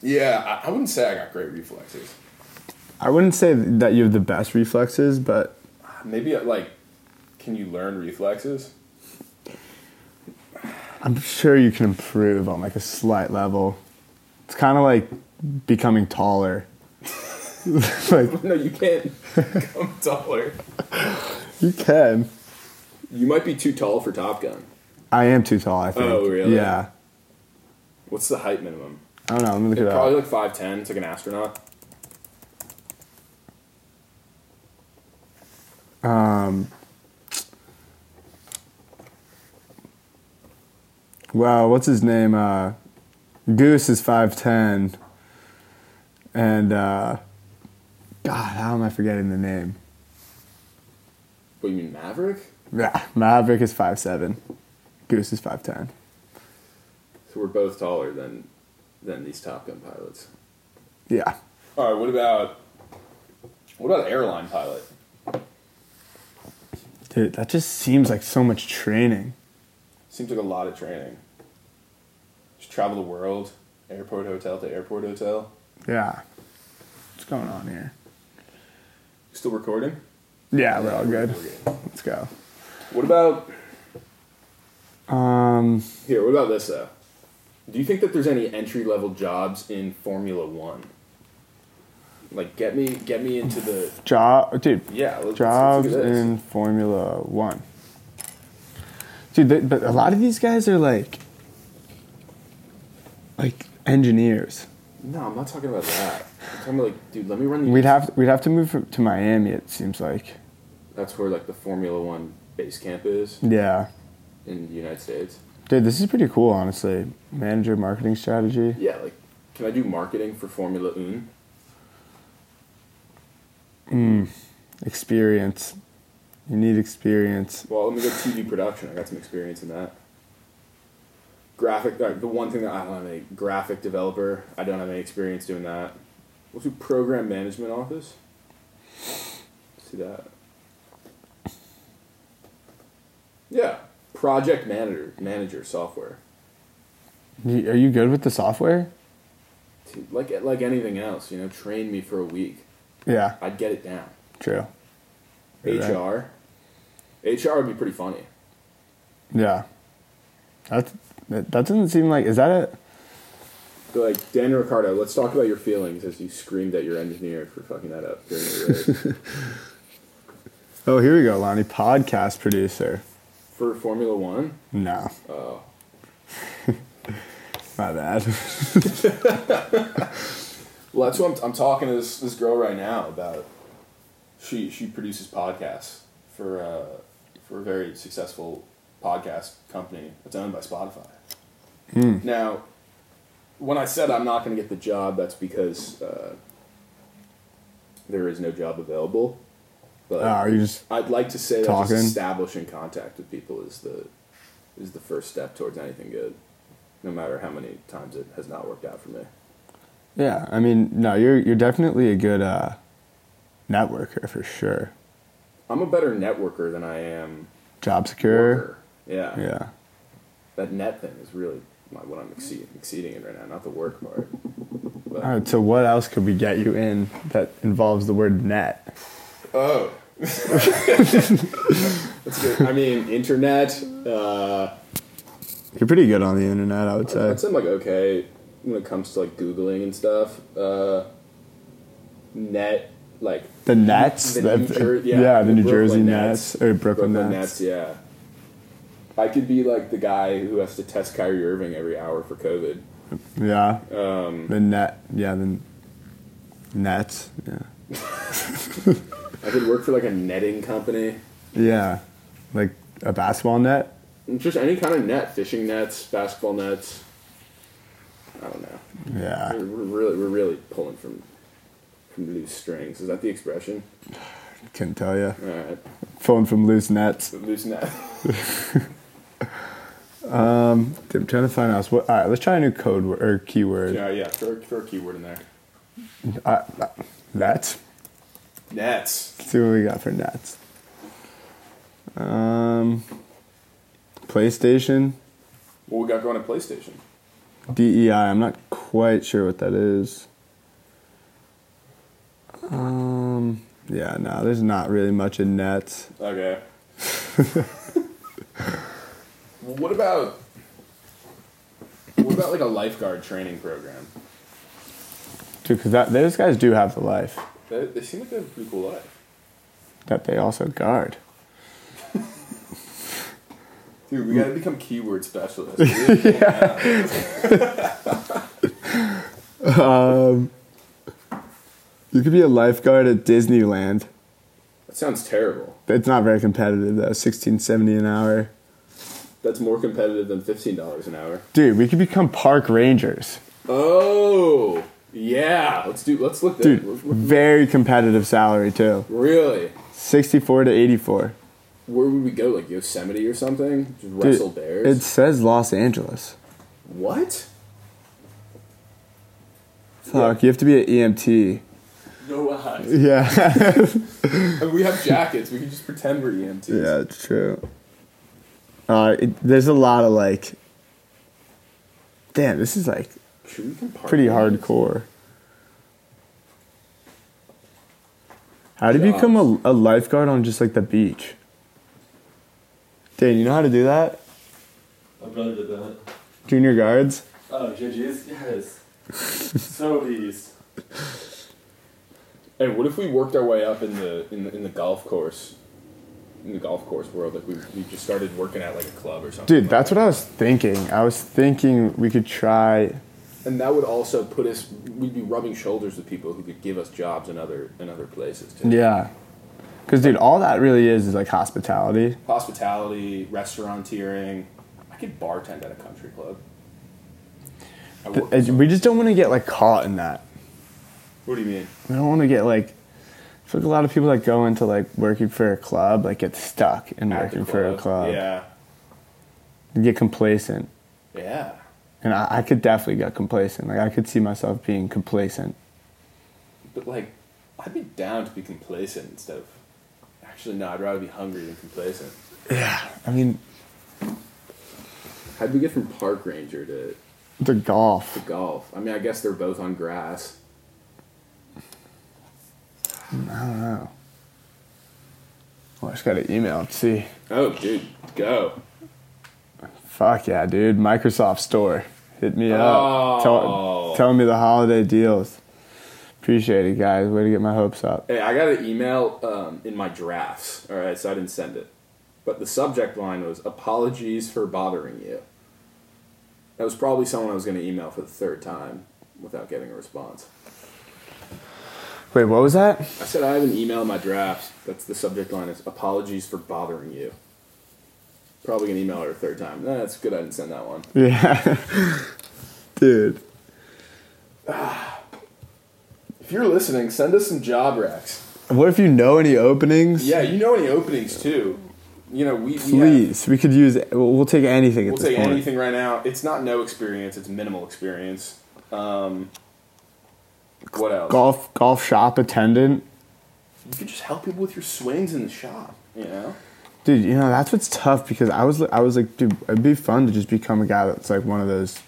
E: yeah I, I wouldn't say i got great reflexes
A: I wouldn't say that you have the best reflexes, but
E: maybe like can you learn reflexes
A: I'm sure you can improve on like a slight level. It's kind of like becoming taller. like
B: no, you can't.
E: i'm taller
A: you can.
B: You might be too tall for Top Gun.
A: I am too tall. I think.
B: Oh, really?
A: Yeah.
E: what's the height minimum
A: I don't know. Let me look it
E: probably
A: up.
E: like 510 it's like an astronaut
A: Well, what's his name? Uh, Goose is five ten, and uh, God, how am I forgetting the name?
B: What do you mean, Maverick?
A: Yeah, Maverick is five seven. Goose is five ten.
B: So we're both taller than than these Top Gun pilots.
A: Yeah.
E: all right what about what about airline pilot
A: Dude, that just seems like so much training.
E: seems like a lot of training just travel the world airport hotel to airport hotel
A: Yeah. What's going on here?
E: still recording
A: Yeah, we're all good.
E: We're good.
A: Let's go.
E: What about
A: Um,
B: Here, what about this though? Do you think that there's any entry level jobs in Formula One? Like, get me, get me into the
A: job, dude.
B: yeah. Let's,
A: Jobs
B: let's look at this.
A: in Formula One. Dude, but, but a lot of these guys are like, like engineers.
B: No, I'm not talking about that. I'm talking about like, dude, let me run. The,
A: We'd have we'd have to move from- to Miami. It seems like.
B: That's where like the Formula One base camp is
A: Yeah,
B: in the United States.
A: dude, this is pretty cool. Honestly, manager marketing strategy.
B: Yeah, like, can I do marketing for Formula One?
A: Experience. You need experience.
B: Well, let me go TV production. I got some experience in that. Graphic, uh, the one thing that I don't have any graphic developer. I don't have any experience doing that. Let's do program management office. See that? Yeah, project manager, manager software.
A: You- Are you good with the software?
B: Dude, like like anything else, you know, train me for a week.
A: Yeah,
B: I'd get it down.
A: true. You're right.
B: HR, HR would be pretty funny.
A: Yeah. That that that doesn't seem like is that a
B: Go, like Dan Ricardo, let's talk about your feelings as you screamed at your engineer for fucking that up during the race.
A: Oh, here we go, Lonnie, podcast producer.
B: for Formula One.
A: No.
B: Oh,
A: My bad.
E: Well, that's what I'm, I'm talking to this, this girl right now about. She she produces podcasts for uh, for a very successful podcast company that's owned by Spotify.
B: now when I said I'm not going to get the job, that's because uh, there is no job available. But
A: oh, you just
B: I'd like to say that
A: Talking.
B: just establishing contact with people is the is the first step towards anything good. No matter how many times it has not worked out for me.
A: Yeah, I mean, no, you're you're definitely a good uh networker for sure.
B: I'm a better networker than I am
A: Job secure.
B: worker. Yeah.
A: Yeah.
B: That net thing is really my, what I'm exceeding, exceeding in right now, not the work part.
A: All right, so what else could we get you in that involves the word net?
E: Oh,
B: I mean, internet. Uh,
A: You're pretty good on the internet, I would say.
B: I'd say I'm like okay when it comes to like googling and stuff. Uh, net like
A: The Nets,
B: the New Jer- yeah,
A: the, New
B: Brooklyn
A: Jersey
B: Nets.
A: Nets, or Brooklyn,
B: Brooklyn
A: Nets.
B: Nets. Yeah, I could be like the guy who has to test Kyrie Irving every hour for COVID.
A: Yeah. Um, the net. Yeah. The nets. Yeah.
D: I could work for like a netting company.
A: Yeah. Like a basketball net.
D: Just any kind of net, fishing nets, basketball nets. I don't know.
A: Yeah.
D: We're, we're really we're really pulling from from loose strings. Is that the expression?
A: Couldn't tell you.
D: All right,
A: Phone from loose nets.
D: loose net.
A: I'm trying to find out. What, all right. Let's try a new code word or keyword.
B: Yeah, yeah. Throw, throw a keyword in there.
A: Nets.
B: Nets.
A: Let's see what we got for nets. Um, PlayStation
B: What we got going at PlayStation?
A: DEI. E I'm not quite sure what that is. Um, yeah, no, there's not really much in nets.
B: Okay. well, what about what about like a lifeguard training program?
A: Dude, because those guys do have the life
B: They, they seem like they have a pretty cool life.
A: that they also guard.
B: Dude, we gotta become keyword specialists. We really can't.
A: You could be a lifeguard at Disneyland.
B: That sounds terrible.
A: It's not very competitive though. Sixteen seventy an hour.
D: That's more competitive than fifteen dollars an hour.
A: Dude, we could become park rangers.
D: Oh yeah, let's do. Let's look. That,
A: Dude,
D: we're-
A: very competitive salary too.
D: we're- really,
A: Sixty-four to eighty-four.
D: where would we go? Like Yosemite or something? Just
A: Dude,
D: wrestle bears.
A: It says Los Angeles.
D: what?
A: Fuck, you have to be E an EMT.
B: No eyes.
A: Yeah.
B: And we have jackets. We can just pretend we're E EMTs.
A: yeah, it's true. Uh, it, there's a lot of like. Damn, this is like
D: Sure, we can park
A: pretty
D: in this.
A: hardcore. How do you become a, a lifeguard on just like the beach? Dan, you know how to do that?
F: My brother did that.
A: Junior guards?
F: Oh, JG's? Yes. so pleased.
B: Hey, what if we worked our way up in the in the, in the golf course, in the golf course world? Like we, we just started working at like a club or something.
A: Dude, that's what I was thinking. I was thinking we could try.
D: And that would also put us. We'd be rubbing shoulders with people who could give us jobs in other in other places too.
A: Yeah. Because, dude, all that really is is like hospitality.
B: hospitality, restauranteering. I could bartend at a country club. I
A: Th-
B: work with
A: and
B: some-
A: We just don't want to get like caught in that.
B: what do you mean?
A: We don't want to get like. I feel like a lot of people that go into like working for a club like get stuck in
B: At the
A: working for a club.
B: Yeah,
A: You Get complacent,
B: yeah.
A: and I, I could definitely get complacent. Like I could see myself being complacent.
B: But like, I'd be down to be complacent instead of. Actually, no. I'd rather be hungry than complacent.
A: I mean,
D: How'd we get from park ranger to
A: the golf.
D: golf? I mean, I guess they're both on grass.
A: Oh, I just got an email. Let's see.
D: Oh, dude, go.
A: Fuck yeah, dude! Microsoft Store, hit me
D: Oh.
A: up. Tell, tell me the holiday deals. Appreciate it, guys. Way to get my hopes up.
D: Hey, I got an email um, in my drafts. All right, so I didn't send it, but the subject line was "Apologies for bothering you." That was probably someone I was going to email for the third time without getting a response.
A: Wait, what was that?
D: I said I have an email in my drafts. That's the subject line is "Apologies for bothering you." Probably gonna email her a third time. Nah, that's good. I didn't send that one.
A: Yeah, dude.
B: If you're listening, send us some job racks.
A: What if you know any openings?
B: Yeah, you know any openings too? You know, we, we have-
A: Please, we could use. We'll, we'll take anything at
B: we'll
A: this
B: take
A: point.
B: anything right now. It's not no experience; it's minimal experience. Um, what else?
A: Golf, golf shop attendant.
B: You could just help people with your swings in the shop. You know,
A: Dude, you know that's what's tough because I was, I was like, dude, it'd be fun to just become a guy that's like one of those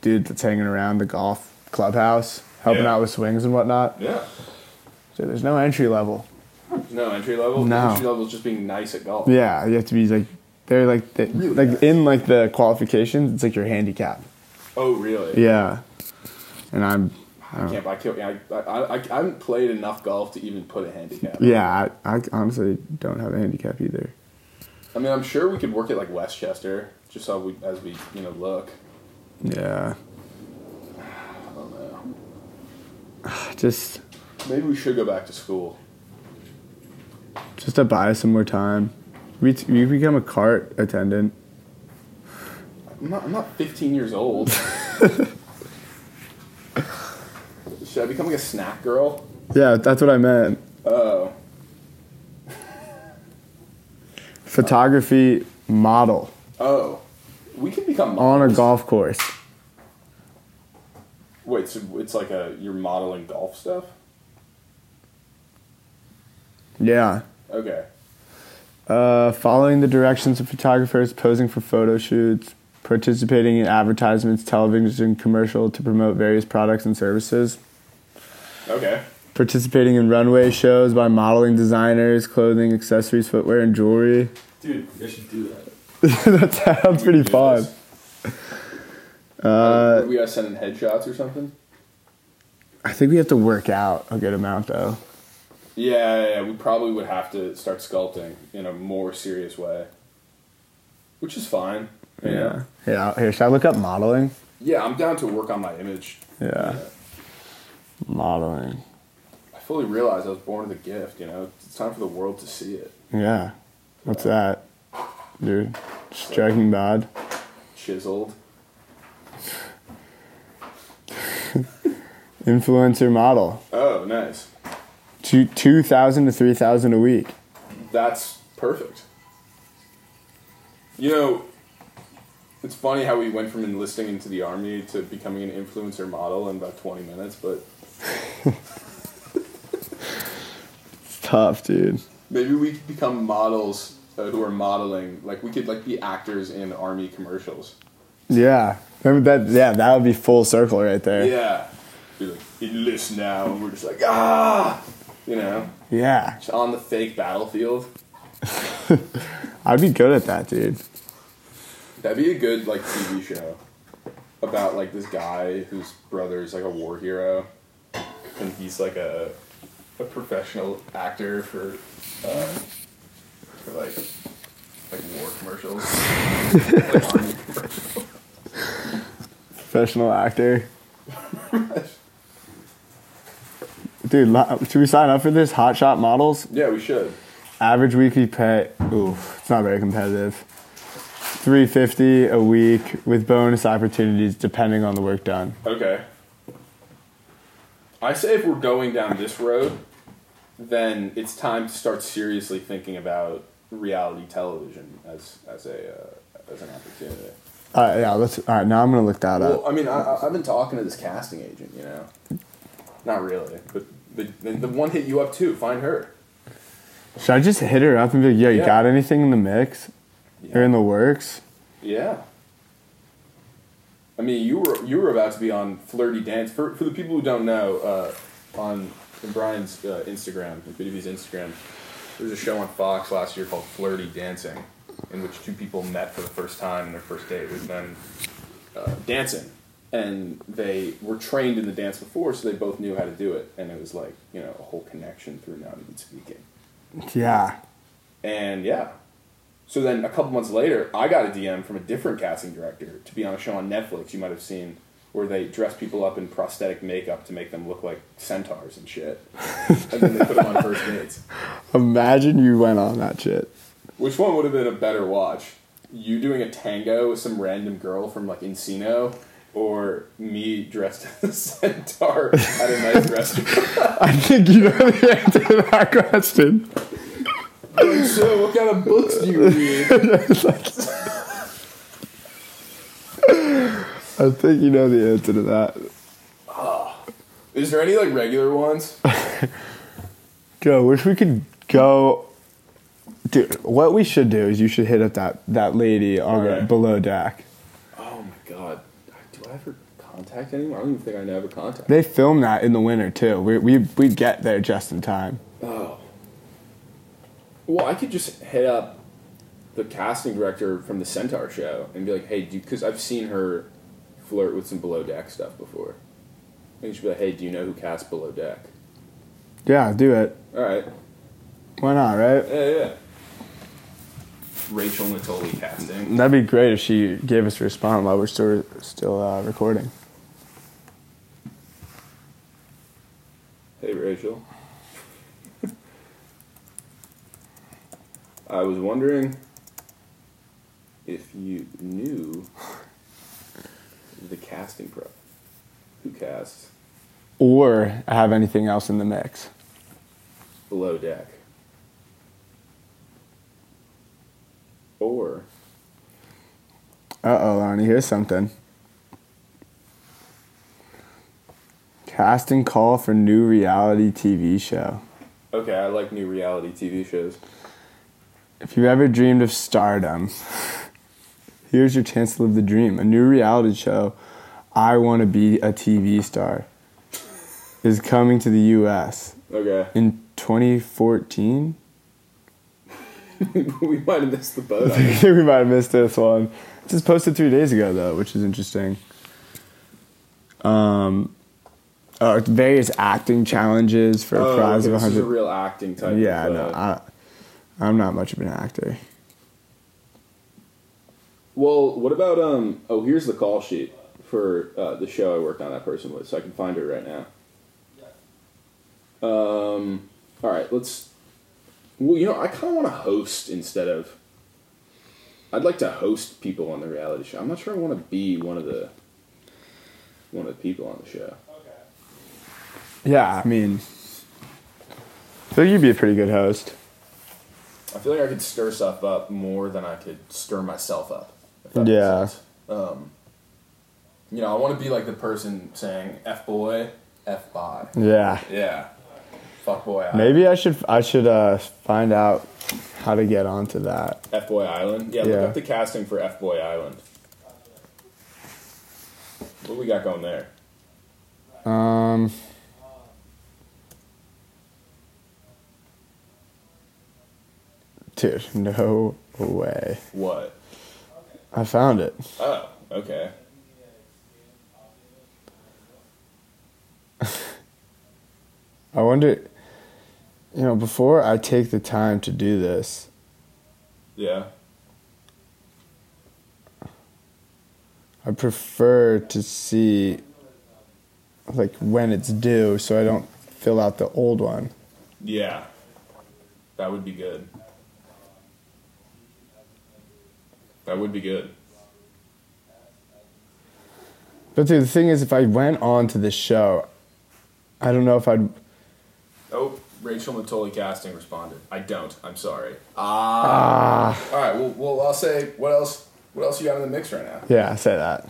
A: dudes that's hanging around the golf clubhouse, helping
B: Yeah.
A: out with swings and whatnot.
B: yeah.
A: Dude, there's no entry level.
B: No entry level.
A: No.
B: entry level is just being nice at golf.
A: Yeah, you have to be like, they're like, they,
B: Really
A: like
B: nice.
A: in like the qualifications, it's like your handicap.
B: Oh, really?
A: Yeah, and I'm, I
B: I
A: don't,
B: can't. I can't. I, I, I, I haven't played enough golf to even put a handicap.
A: yeah, I, I honestly don't have a handicap either.
B: I mean, I'm sure we could work at like Westchester, just so we, as we you know look.
A: Yeah. Just
B: Maybe we should go back to school.
A: just to buy us some more time. We t- you become a cart attendant.
B: I'm not, I'm not 15 years old. should I become like a snack girl?
A: Yeah, that's what I meant.
B: Oh.
A: Photography model
B: Oh. We could become
A: on a
B: models.
A: golf course.
B: Wait, so it's like a you're modeling golf stuff?
A: Yeah.
B: Okay.
A: Uh, following the directions of photographers, posing for photo shoots, participating in advertisements, television commercial to promote various products and services,
B: Okay.
A: participating in runway shows by modeling designers, clothing, accessories, footwear, and jewelry.
F: Dude, I should do that.
A: that sounds
B: We
A: pretty
B: can do
A: fun.
B: this. Uh, we gotta send in headshots or something?
A: I think we have to work out a good amount though.
B: Yeah, yeah, yeah, we probably would have to start sculpting in a more serious way, which is fine. you know?
A: Yeah. Here, should I look up modeling?
B: Yeah, I'm down to work on my image.
A: Yeah. Modeling.
B: I fully realize I was born with a gift. You know, it's time for the world to see it.
A: Yeah. What's that? Dude, striking bad.
B: Chiseled.
A: Influencer model.
B: Oh, nice.
A: Two two thousand to three thousand a week.
B: That's perfect. You know, it's funny how we went from enlisting into the army to becoming an influencer model in about 20 minutes, but
A: It's tough, dude.
B: maybe we could become models uh, who are modeling. Like we could like be actors in army commercials.
A: Yeah. Remember that yeah, that would be full circle right there.
B: Yeah. Be like, enlist now, and we're just like, ah, you know,
A: Yeah.
B: just on the fake battlefield.
A: I'd be good at that, dude.
B: That'd be a good like TV show about like this guy whose brother is like a war hero, and he's like a a professional actor for uh, for like like war commercials. like army commercials.
A: Professional actor. Dude, lo- should we sign up for this? Hot shot models?
B: Yeah, we should.
A: Average weekly pay. Oof, it's not very competitive. Three fifty a week with bonus opportunities depending on the work done.
B: Okay. I say if we're going down this road, then it's time to start seriously thinking about reality television as as a uh, as an opportunity.
A: All right, Uh, yeah. Let's. All right, now I'm gonna look that
B: Well,
A: up.
B: I mean, I- I, I've been talking to this casting agent, you know. Not really, but the, the, the one hit you up too. Find her.
A: Should I just hit her up and be like, "Yo, you
B: Yeah.
A: got anything in the mix or in the works?"
B: Yeah. I mean, you were you were about to be on Flirty Dance. For for the people who don't know, uh, on in Brian's uh, Instagram, in BDV's Instagram, there was a show on Fox last year called Flirty Dancing, in which two people met for the first time, and their first date was them uh, dancing, and they were trained in the dance before, so they both knew how to do it, and it was like you know a whole connection through not even speaking.
A: Yeah.
B: And yeah. So then a couple months later, I got a DM from a different casting director to be on a show on Netflix you might have seen where they dress people up in prosthetic makeup to make them look like centaurs and shit. and then they put them on first dates.
A: Imagine you went on that shit.
B: Which one would have been a better watch? You doing a tango with some random girl from like Encino or me dressed as a centaur at a nice restaurant?
A: I think you know the answer to that question.
B: so what kind of books do you read?
A: I think you know the answer to that.
B: Is there any like regular ones?
A: Yo, wish we could go. Dude, what we should do is you should hit up that that lady on
B: Okay.
A: below deck.
B: Oh my god. Do I ever contact anyone? I don't even think I ever contact.
A: They film that in the winter too. We we we get there just in time.
B: Oh. Well, I could just hit up the casting director from the Centaur show and be like, hey, because I've seen her flirt with some below deck stuff before. And she'd be like, hey, do you know who cast below deck?
A: Yeah, do it.
B: Alright.
A: Why not, right?
B: Yeah, yeah. Rachel Natoli casting.
A: That'd be great if she gave us a response while we're still still uh, recording.
D: I was wondering if you knew the casting pro. Who casts
A: or have anything else in the mix.
D: Below Deck? Or
A: Uh oh, Lonnie, here's something. Casting call for new reality TV show.
D: okay, I like new reality TV shows.
A: If you've ever dreamed of stardom, here's your chance to live the dream. A new reality show, I Want to Be a TV Star, is coming to the US
D: Okay,
A: in 2014.
D: we might have missed the boat.
A: I
D: on this.
A: think we might have missed this one. This is posted three days ago, though, which is interesting. Um, uh, various acting challenges for a
D: Oh,
A: prize
D: okay,
A: of
D: this is a
A: 100.
D: real acting type.
A: yeah,
D: of,
A: no,
D: uh,
A: I, I'm not much of an actor.
D: Well, what about um? Oh, here's the call sheet for uh, the show I worked on that person with, so I can find her right now. Um. All right, let's. Well, you know, I kind of want to host instead of. I'd like to host people on the reality show. I'm not sure I want to be one of the. One of the people on the show.
A: Yeah, I mean, I feel like you'd be a pretty good host.
B: I feel like I could stir stuff up more than I could stir myself up. if that makes
A: Yeah.
B: sense. Um, you know, I want to be like the person saying "f boy, f boy."
A: Yeah,
B: Yeah. Fuck boy. Island.
A: maybe I should I should uh, find out how to get onto that.
B: F boy island. Yeah,
A: Yeah.
B: Look up the casting for F boy island. What we got going there?
A: Um, dude, no way.
B: What?
A: I found it.
B: Oh, okay.
A: I wonder, you know, before I take the time to do this,
B: Yeah.
A: I prefer to see like when it's due so I don't fill out the old one.
B: Yeah. That would be good. That would be good.
A: But dude, the thing is, if I went on to the show, I don't know if I'd.
B: Oh, Rachel Matoli casting responded. I don't. I'm sorry. Ah. All right. Well, well, I'll say what else. What else you got in the mix right now?
A: Yeah, say that.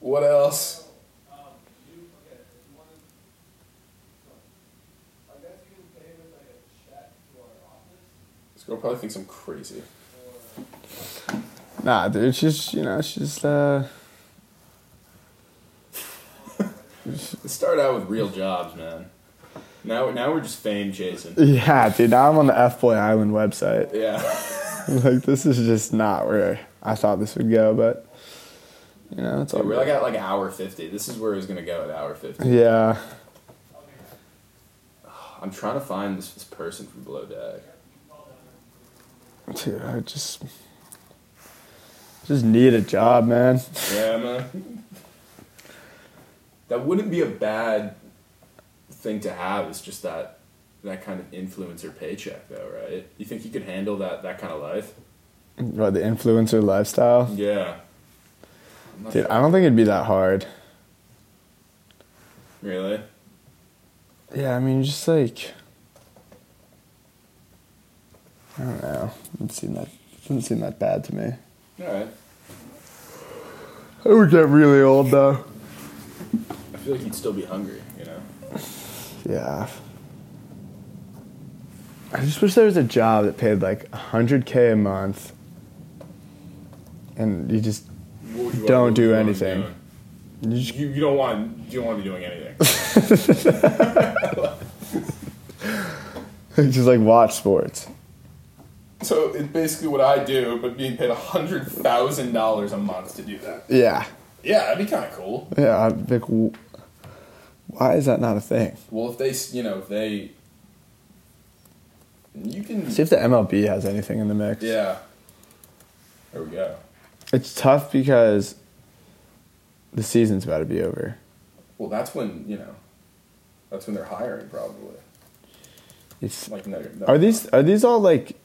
B: What else? This girl probably thinks I'm crazy.
A: Nah, dude, it's just you know, it's just uh.
B: Let's start out with real jobs, man. Now, now we're just fame chasing.
A: Yeah, dude. Now I'm on the F Boy Island website.
B: Yeah.
A: Like, this is just not where I thought this would go, but you know, it's all
B: Dude, we're like
A: good.
B: at like hour fifty. This is where it's gonna go at hour fifty.
A: Yeah,
B: I'm trying to find this, this person from below deck.
A: dude. I just just need a job, man.
B: Yeah, man. That wouldn't be a bad thing to have. It's just that that kind of influencer paycheck, though, right? You think you could handle that that kind of life?
A: What the influencer lifestyle,
B: Yeah. I'm not
A: dude.
B: sure.
A: I don't think it'd be that hard.
B: really?
A: Yeah, I mean, just like I don't know. It seem that doesn't seem that bad to me.
B: All right.
A: I would get really old though.
B: I feel like you'd still be hungry, you know.
A: Yeah. I just wish there was a job that paid like 100K a month and you just,
B: What would you-
A: Don't
B: what would
A: do
B: you wanna be
A: anything.
B: doing?
A: you just
B: You, you don't want you don't want to be doing anything.
A: just like watch sports.
B: so it's basically what I do, but being paid hundred thousand dollars a month to do that.
A: Yeah.
B: Yeah, that'd be kind of cool.
A: Yeah. I'd like, w- why is that not a thing?
B: Well, if they, s- you know, if they, you can.
A: See if the MLB has anything in the mix.
B: Yeah. There we go.
A: It's tough because the season's about to be over.
B: Well, that's when you know. That's when they're hiring, probably.
A: It's,
B: Like, no, no.
A: are these are these all like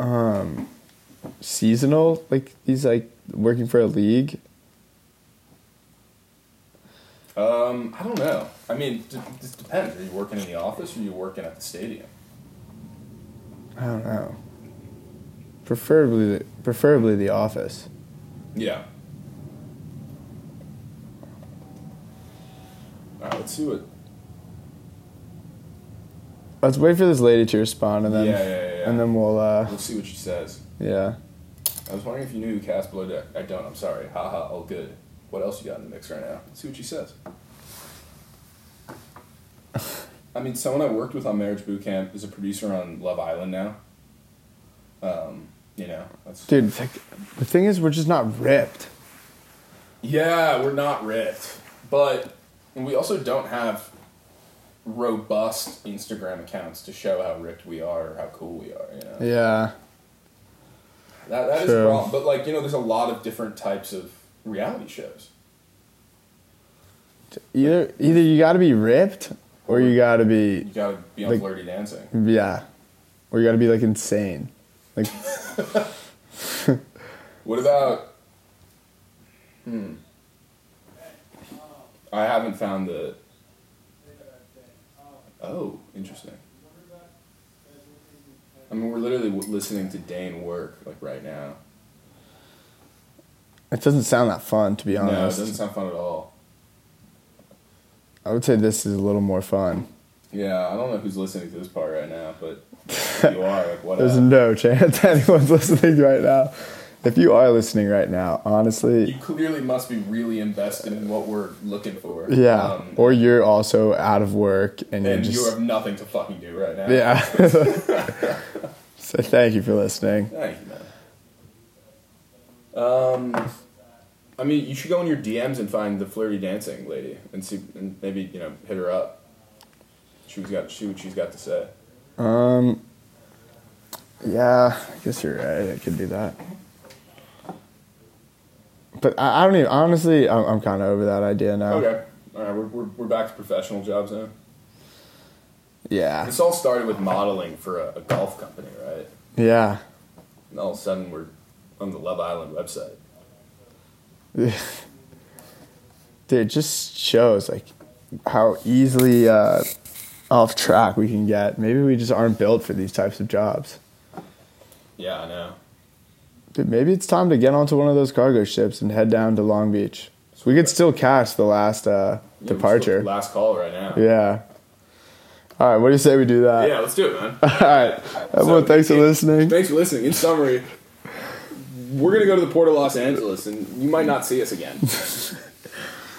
A: um seasonal? Like these like working for a league?
B: Um, I don't know. I mean, d- this depends. Are you working in the office or are you working at the stadium?
A: I don't know. Preferably, the, preferably the office.
B: Yeah. All right. Let's see what.
A: Let's wait for this lady to respond, and then
B: yeah, yeah, yeah. yeah.
A: and then we'll uh
B: we'll see what she says.
A: yeah. I
B: I was wondering if you knew who cast below deck. I don't. I'm sorry. Haha. Oh, good. What else you got in the mix right now? Let's see what she says. I mean, someone I worked with on Marriage Boot Camp is a producer on Love Island now. Um, you know, that's
A: Dude, it's like, the thing is, we're just not ripped.
B: Yeah, we're not ripped, but we also don't have robust Instagram accounts to show how ripped we are or how cool we are. You know,
A: Yeah.
B: that that is
A: True.
B: a problem. But like, you know, there's a lot of different types of reality shows.
A: Either either you got to be ripped, or you got to be
B: You gotta be on
A: Like-
B: Flirty Dancing.
A: yeah, or you got to be like insane. Like
B: What about? Hmm. I haven't found the. Oh, interesting. I mean, we're literally w- listening to Dane work like right now.
A: it doesn't sound that fun to be
B: No, it
A: honest.
B: doesn't sound fun at all.
A: I would say this is a little more fun.
B: Yeah, I don't know who's listening to this part right now, but if you are like what?
A: There's
B: up?
A: no chance anyone's listening right now. If you are listening right now, honestly,
B: You clearly must be really invested in what we're looking for.
A: yeah.
B: Um,
A: or you're also out of work and,
B: and
A: you're
B: you have
A: just
B: nothing to fucking do right now.
A: yeah. so thank you for listening.
B: Thank you, man. Um, I mean, you should go in your DMs and find the flirty dancing lady and see, and maybe you know, hit her up. She's got, see what she's got to say.
A: Um. Yeah, I guess you're right. I could do that. But I, I don't even. Honestly, I'm, I'm kind of over that idea now.
B: Okay, all right, we're, we're, we're back to professional jobs now.
A: Yeah.
B: This all started with modeling for a, a golf company, right?
A: Yeah.
B: And all of a sudden, we're on the Love Island website.
A: Dude, it just shows like how easily uh, off track we can get. Maybe we just aren't built for these types of jobs.
B: Yeah, I know.
A: Dude, maybe it's time to get onto one of those cargo ships and head down to Long Beach. So we could still catch the last uh,
B: Yeah, we're
A: departure.
B: still- Last call right now.
A: Yeah. All right. What do you say we do that?
B: Yeah, let's do it, man.
A: All right. Everyone,
B: So-
A: thanks for listening.
D: Thanks for listening. In summary, we're gonna go to the port of Los Angeles, and you might not see us again.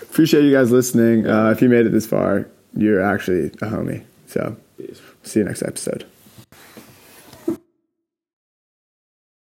A: Appreciate you guys listening. Uh, if you made it this far, you're actually a homie. So, see you next episode.